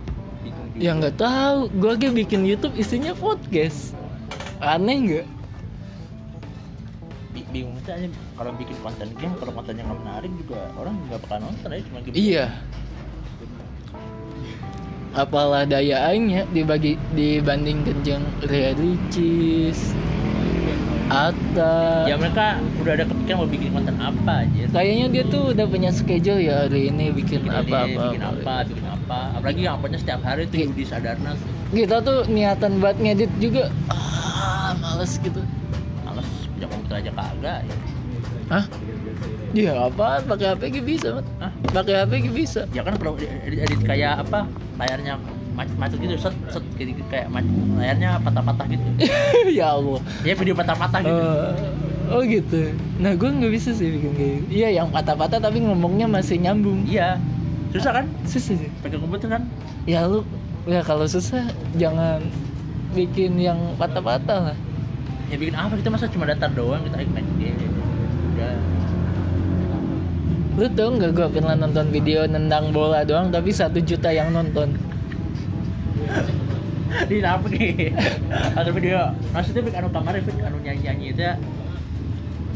bingung juga. ya nggak tahu gue aja bikin YouTube isinya podcast aneh nggak Bi- bingung aja aja. kalau bikin konten game kalau kontennya nggak menarik juga orang nggak bakal nonton aja cuma gitu. game iya apalah daya aingnya dibagi dibandingkan yang realicis atau ya mereka udah ada kepikiran mau bikin konten apa aja kayaknya dia tuh udah punya schedule ya hari ini bikin bikin apa, Iya. apa-apa bikin apa, bikin apa. Apalagi yang uploadnya setiap hari itu Yudi Sadarna kita tuh niatan buat ngedit juga ah males gitu males punya komputer aja kagak ya. hah ya apa pakai HP gitu bisa Mat. Hah? pakai HP gitu bisa *laughs* Ya kan perlu di- edit, edit kayak apa? Layarnya macet-macet gitu, set set gitu, gitu, kayak mac- layarnya patah-patah gitu. *laughs* ya Allah ya video patah-patah gitu. Eh, oh gitu nah gue nggak bisa sih bikin kayak gitu. iya yang patah-patah tapi ngomongnya masih nyambung Iya. Susah kan? susah sih Pakai komputer kan? ya lu ya kalau susah jangan bikin yang patah-patah lah Ya bikin apa kita masa cuma datar doang kita main game. Udah. *laughs* lu tau nggak gue pernah nonton video nendang bola doang tapi satu juta yang nonton Di apa nih? *laughs* Atau video maksudnya bikin anu kamar bikin anu nyanyi-nyanyi itu ya.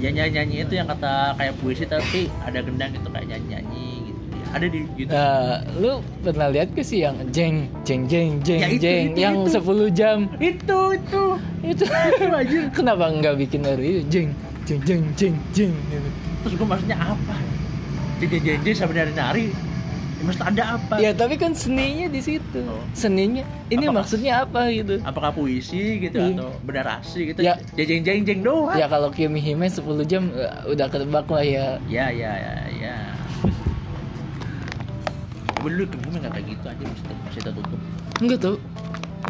Ya nyanyi-nyanyi itu yang kata kayak puisi tapi ada gendang gitu kayak nyanyi-nyanyi gitu. Ada di YouTube. Nah, lu pernah lihat ke sih yang jeng jeng jeng jeng Ya, itu, jeng itu, yang itu. 10 jam itu itu itu itu aja kenapa nggak bikin dari itu jeng jeng jeng jeng jeng gitu. terus gue maksudnya apa jadi sampai nari nari ya, mesti ada apa ya tapi kan seninya di situ Oh. seninya ini Apakah- maksudnya apa gitu apakah puisi gitu Iya. atau berarasi gitu Ya. jeng jeng jeng doang ya kalau Kimi Hime 10 jam eh, udah ketebak lah ya ya ya ya ya gue dulu ke Bumi nggak kayak gitu aja masih tetap masih tertutup enggak tuh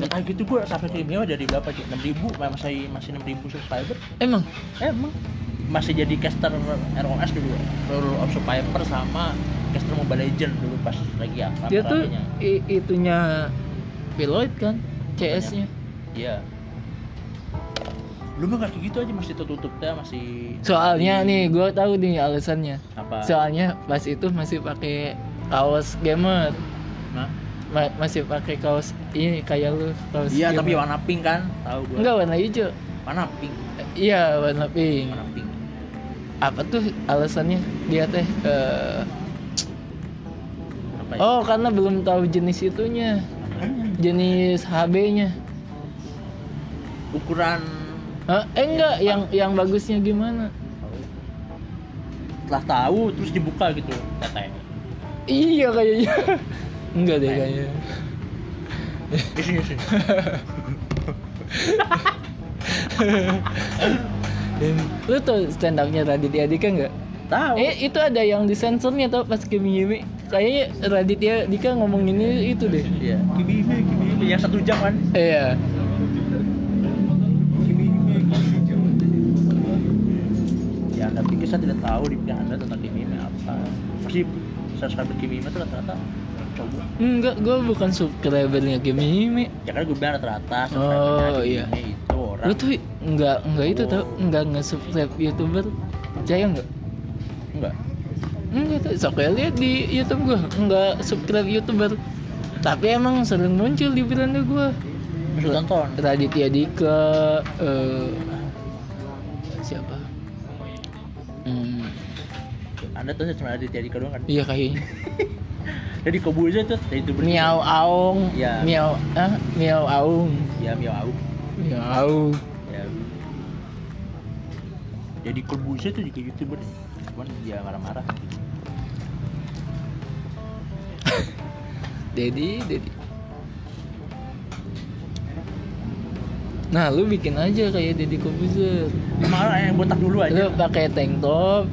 nggak kayak gitu gue sampai ke Bumi dari berapa sih enam ribu masih masih enam ribu subscriber emang Eh, emang masih jadi caster ROS dulu Rule of Survivor sama caster Mobile Legend dulu pas lagi apa dia tuh i- itunya Piloid kan CS nya Iya. Lu mah nggak kayak gitu aja masih tertutup dah masih. soalnya nih gue tahu nih alasannya Apa? soalnya pas itu masih pakai kaos gamer Nah, Ma- masih pakai kaos ini kayak lu kaos iya gamer. tapi warna pink kan? Tahu gua. enggak warna hijau Warna pink. Eh, iya warna pink Warna pink. apa tuh alasannya dia teh eh, Apa ya? oh karena belum tahu jenis itunya jenis HB-nya Ukuran Hah? eh enggak yang yang bagusnya gimana telah tahu terus dibuka gitu katanya. iya kayaknya *laughs* enggak deh kayaknya Di sini di sini. lu tau stand up-nya Raditya Dika enggak Tahu. Eh itu ada yang disensornya tau pas Kimi Yumi Kayaknya Raditya Dika ngomong ini itu deh Iya. Kibibe, kibibe yang satu jam kan? Iya Kibibe, kibibe. Ya anda pikir saya tidak tahu di pihak anda tentang kibibe apa? Masih subscriber kibibe itu rata-rata coba Enggak, gue bukan subscribernya Kimi Hime ya kan gue bilang rata-rata Oh, subscribernya iya. gini itu orang Lu tuh enggak, enggak itu tau Enggak nge-subscribe Youtuber Percaya enggak? enggak Enggak tuh, sok ya lihat di Youtube gue Enggak subscribe Youtuber Tapi emang sering muncul di beranda gue bisa tonton Raditya Dika eh, Siapa? Hmm, anda tuh cuma ada jadi kedua kan iya kayaknya jadi kebuja tuh dari itu Miau Aung Iya. Miau ah, Miau Aung ya miau au Miau Aung ya gitu, jadi kebuja tuh juga youtuber cuman dia marah-marah Dedi, Dedi. Nah, lu bikin aja kayak Dedi Kobuzer. malah yang eh, botak dulu Lu aja pakai tank top,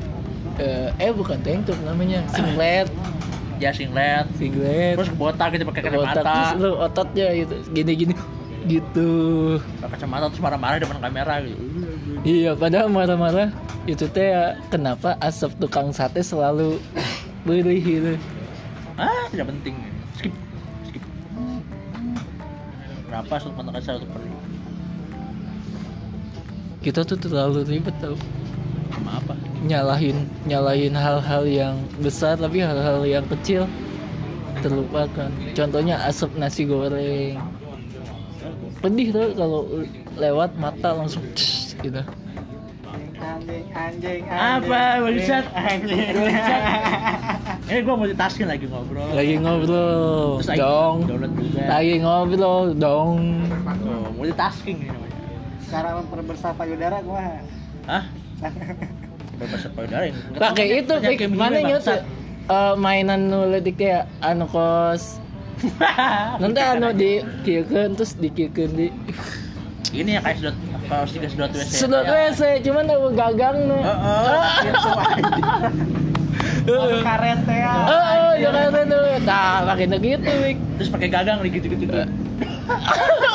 eh, eh bukan tank top namanya, singlet, ya singlet *clears throat* singlet. terus botak gitu pakai Otak, terus kacamata lu ototnya gitu, gini-gini gitu. pakai kacamata terus marah-marah di depan kamera gitu Iya, padahal marah-marah itu teh ya, kenapa asap tukang sate selalu berih gitu. ah tidak penting skip skip kenapa sudut pandang saya untuk perlu Kita tuh terlalu ribet tau. sama apa nyalahin nyalahin hal-hal yang besar tapi hal-hal yang kecil terlupakan contohnya asap nasi goreng pedih tuh kalau lewat mata langsung "Tss," gitu Anjing, anjing, anjing. Apa, bangsat? Anjing. Bangsat. ini gue multitasking lagi ngobrol lagi ngobrol Terus lagi dong download juga lagi ngobrol dong Tuh, multitasking ini namanya Cara memperbesar payudara gua. hah bebas payudara yang pakai itu Penyakit Pik. hidup, mana ingat bangsat. tuh eh, mainan nuletik ya anu kos *laughs* nanti anu di kieukeun terus di kieukeun di ini ya kayak sedot kalau tiga sedot wc sedot Ya. Oh, wc cuman aku gagang nu Heeh, gitu, anjing. Masuk karet ya. Oh, oh Jakarta tuh. Nah, makin gitu, *laughs* Wik. terus pakai gagang nih gitu gitu Eh. tuh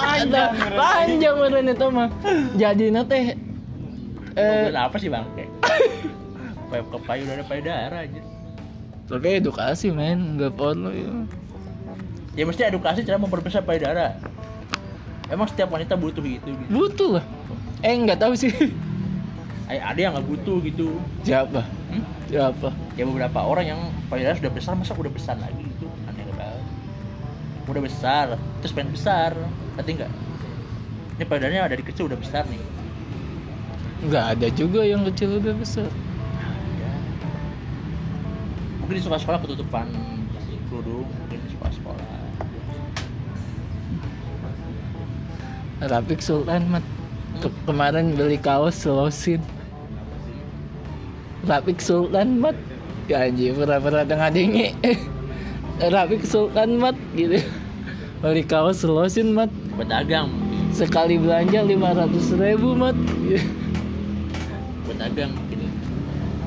Panjang, panjang beneran itu mah. Jadi teh eh Mobil apa sih bang kayak Payung ke payudara payudara aja tapi edukasi men, nggak perlu ya. ya mesti edukasi cara memperbesar payudara emang setiap wanita butuh gitu, gitu. Butuh lah. Eh nggak tahu sih. *laughs* Ay- ada yang nggak butuh gitu Siapa? Hmm? Siapa? ya beberapa orang yang payudara sudah besar masa udah besar lagi gitu aneh banget udah besar terus pengen besar ngerti nggak ini payudaranya ada di kecil udah besar nih Nggak ada juga eh, yang kecil udah besar. ya. mungkin di sekolah sekolah ketutupan kerudung mungkin di sekolah sekolah Rafiq Sultan mat. Ke- kemarin beli kaos selosin. Rafiq Sultan mat. Ya anjir, pura-pura tengah dingin. *laughs* Rafiq Sultan mat gitu. Beli kaos selosin mat. buat dagang mungkin. Sekali belanja 500 ribu mat. *laughs* buat dagang mungkin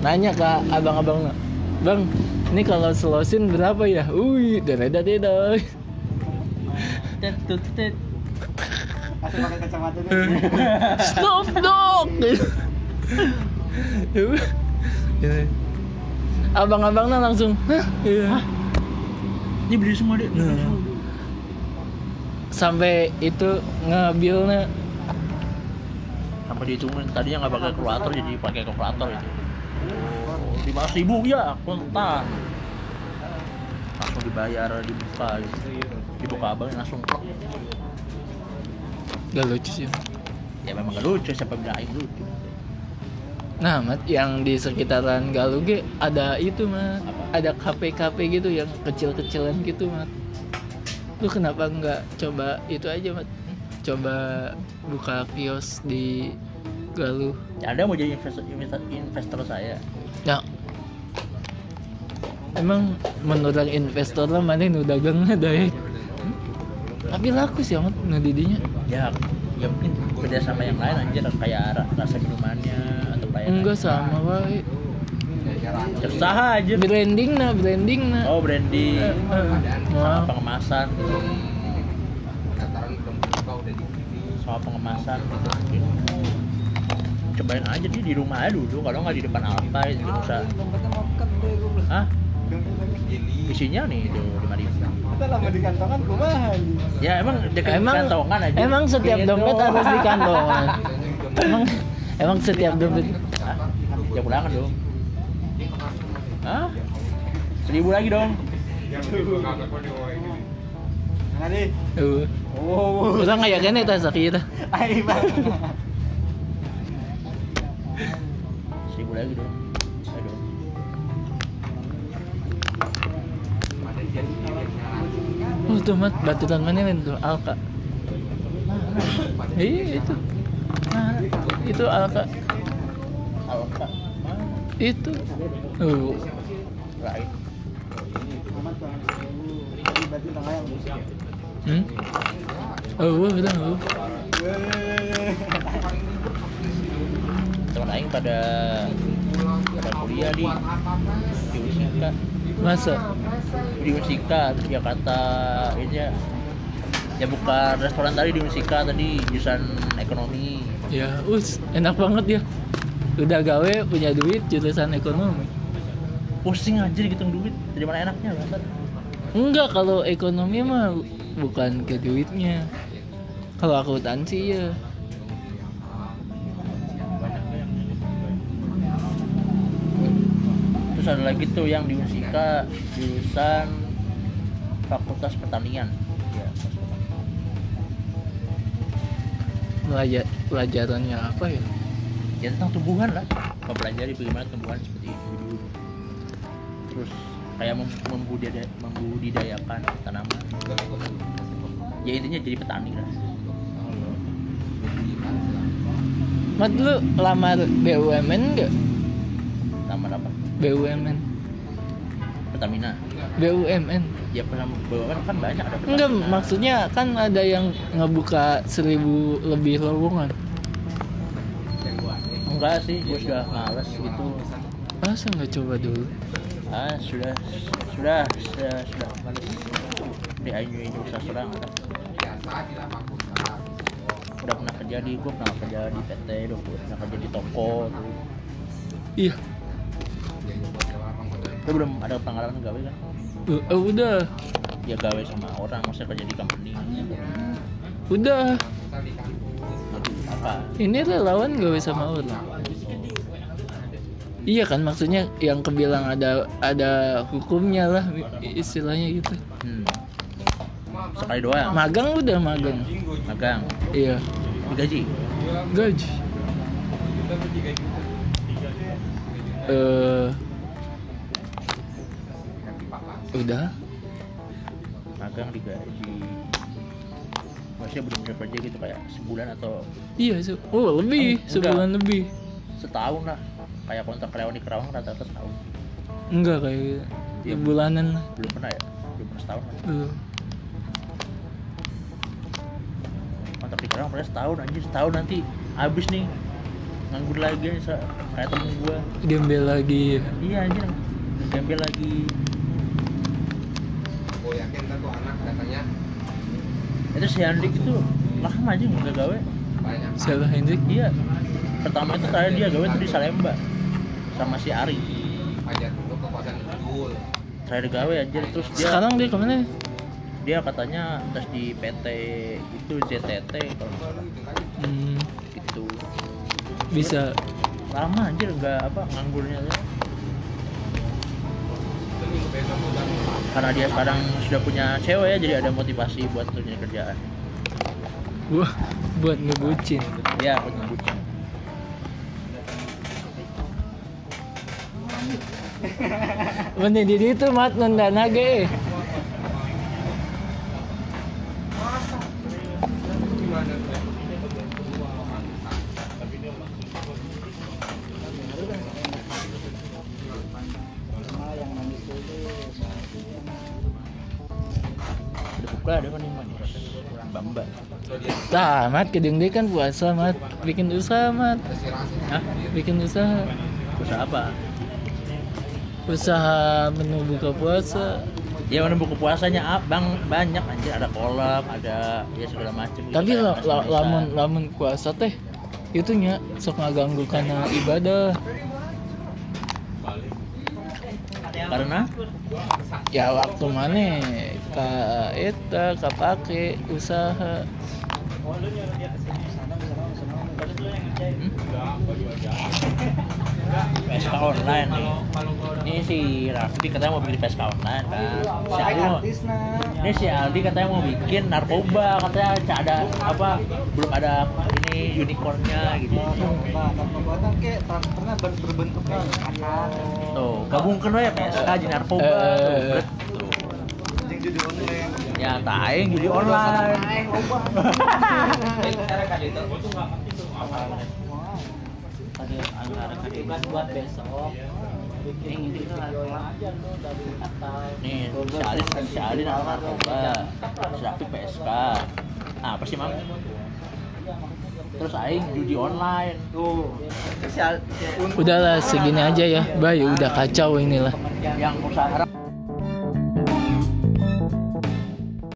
Nanya ke abang-abang Bang, ini kalau selosin berapa ya? Wih, dada dada. tet tut, tet Masuk pakai kacamata dulu. Stop dong. Abang-abangnya langsung, "Hah?" Iya. ini beli semua deh beli Nah. semua. sampai itu ngebilnya sampai dihitungin tadinya nggak pakai kalkulator jadi pakai kalkulator itu Oh, lima ratus ribu ya kontan langsung dibayar dibuka gitu. dibuka abang langsung plek. gak lucu sih. ya memang gak lucu siapa bilang aing lucu Nah, Mat, yang di sekitaran Galuge ada itu, Mat. Ada KP-KP gitu yang kecil-kecilan gitu, Mat. Lu kenapa nggak coba itu aja, Mat? Coba buka kios di Galuh. ya, anda mau jadi investor, investor, investor saya Ya. Emang menurut investor lah mana nu dagangnya daek. Hmm? Tapi laku sih amat nu didinya. ya ya mungkin beda sama yang lain anjir kayak ra- rasa minumannya atau kayak Enggak sama wae. usaha aja Branding nah, branding nah. oh branding sama Wah. pengemasan gitu. sama pengemasan gitu mungkin. cobain aja dia di rumah aja dulu kalau nggak di depan altai di usah ah isinya nih itu lima ribu Kita lama di kantongan kumaha anjing. ya emang dekat Emang- kantongan aja Emang setiap Gitu. dompet harus di kantongan. Emang emang setiap dompet *laughs* Hah? ya pulangan dong Hah? seribu lagi dong Nah, nih. Uh, Oh, Orang kayak gini tas kita. ai bang. seribu lagi dong Aduh. Oh tuh mat baturan mana lain tuh Alka. Iya itu. Mana? Itu Alka. Alka. Mana? Itu. Uh, Lain. Amat, Bang. berarti tengah yang musik ya. Hmm? Oh, wah, udah, oh. Weh. teman aing pada pada kuliah di di Unsika Masa? di Unsika terus dia kata ini ya ya buka restoran tadi di Unsika tadi jurusan ekonomi Ya, us, enak banget ya. Udah gawe, punya duit, jurusan ekonomi. pusing anjir hitung duit dari mana enaknya bangsat Enggak, kalau ekonomi mah bukan ke duitnya. Kalau akuntansi ya. terus ada lagi tuh yang di Unsika jurusan fakultas pertanian ya, Pelajar, pelajarannya apa ya? ya tentang tumbuhan lah mempelajari bagaimana tumbuhan seperti itu terus kayak mem- membudidaya- membudidayakan tanaman ya intinya jadi petani lah Mat lu lamar BUMN enggak? tanaman apa BUMN. Pertamina BUMN. ya pernah bawakan kan banyak ada Pertamina. Enggak, maksudnya kan ada yang ngebuka seribu lebih lowongan. enggak sih gue sudah males gitu Masa nggak coba dulu? ah sudah sudah sudah sudah males di ayu ini usah serang ada. udah pernah kerja di gue pernah kerja di PT udah pernah kerja di toko tuh. Iya. Lu belum ada pengalaman gawe kan? Eh, eh, udah, Ya gawe sama orang, maksudnya kerja di company gitu. udah. Apa? Ini relawan gawe sama orang. Iya kan maksudnya yang kebilang ada ada hukumnya lah i- istilahnya gitu. Hmm. Sekali doang, Magang udah magang. magang, Iya. digaji. Gaji. Eh udah Magang digaji. Maksudnya bener-bener kerja gitu kayak sebulan atau iya se- oh lebih Enggak. sebulan lebih setahun lah. Kayak kontrak karyawan di Kerawang rata-rata setahun. enggak kayak gitu. Iya. bulanan lah Belum pernah ya? Belum pernah setahun. kan? Belum. Kontrak di Kerawang pernah setahun anjir, setahun nanti habis nih. Nganggur lagi se- kayak temen gua. gembel lagi ya. Iya anjir, gembel lagi. Gue yakin ntar tuh anak datangnya Itu Eh, si Hendrik itu lama aja nggak gawe. banyak. siapa Hendrik Iya. Pertama itu terakhir dia gawe tuh di Salemba sama si Ari. Pajak dulu ke kosan Idul. Terakhir gawe anjir terus dia sekarang dia kemana dia katanya tes di PT itu ZTT kalau nggak salah hmm, gitu. bisa Lama anjir nggak apa nganggurnya tuh. Karena dia sekarang sudah punya cewek ya jadi ada motivasi buat untuk nyari kerjaan. gua buat ngebucin Iya, aku nyebut. menjadi itu mat nunda eh. nage Nah, yang manis itu Udah buka ada kan ini Mbak Mbak. Tah, mat gedeng dia kan puasa mat bikin usaha mat Hah? bikin usaha Usaha apa? usaha menu buka puasa Ya mana buku puasanya ah, bang banyak anjir ada kolam ada ya segala macam. tapi la, la- lamun lamun puasa teh itu nya sok ngaganggu karena ibadah karena ya waktu mana ka eta kapake usaha hmm? PSK online nih. Ini si Raffi katanya mau bikin PSK online kan. Si Aldi mau, artis nah ini si Aldi katanya mau bikin narkoba katanya ca- ada apa belum ada ini unicornnya gitu. Nah, pembuatan kayak transfernya ber- berbentuknya anak Tuh gabungkan we PSK jadi narkoba tuh. bret. Eh. yang judul online Ya taing jadi online. Wow. ada anggaran buat besok bikin video aja tuh dari atas nih si Alin si Alin anak narkoba si Rafi PSK nah apa sih mam terus Aing judi online tuh si Al- si- Udahlah segini aja ya. Bye, udah kacau inilah. yang usaha haram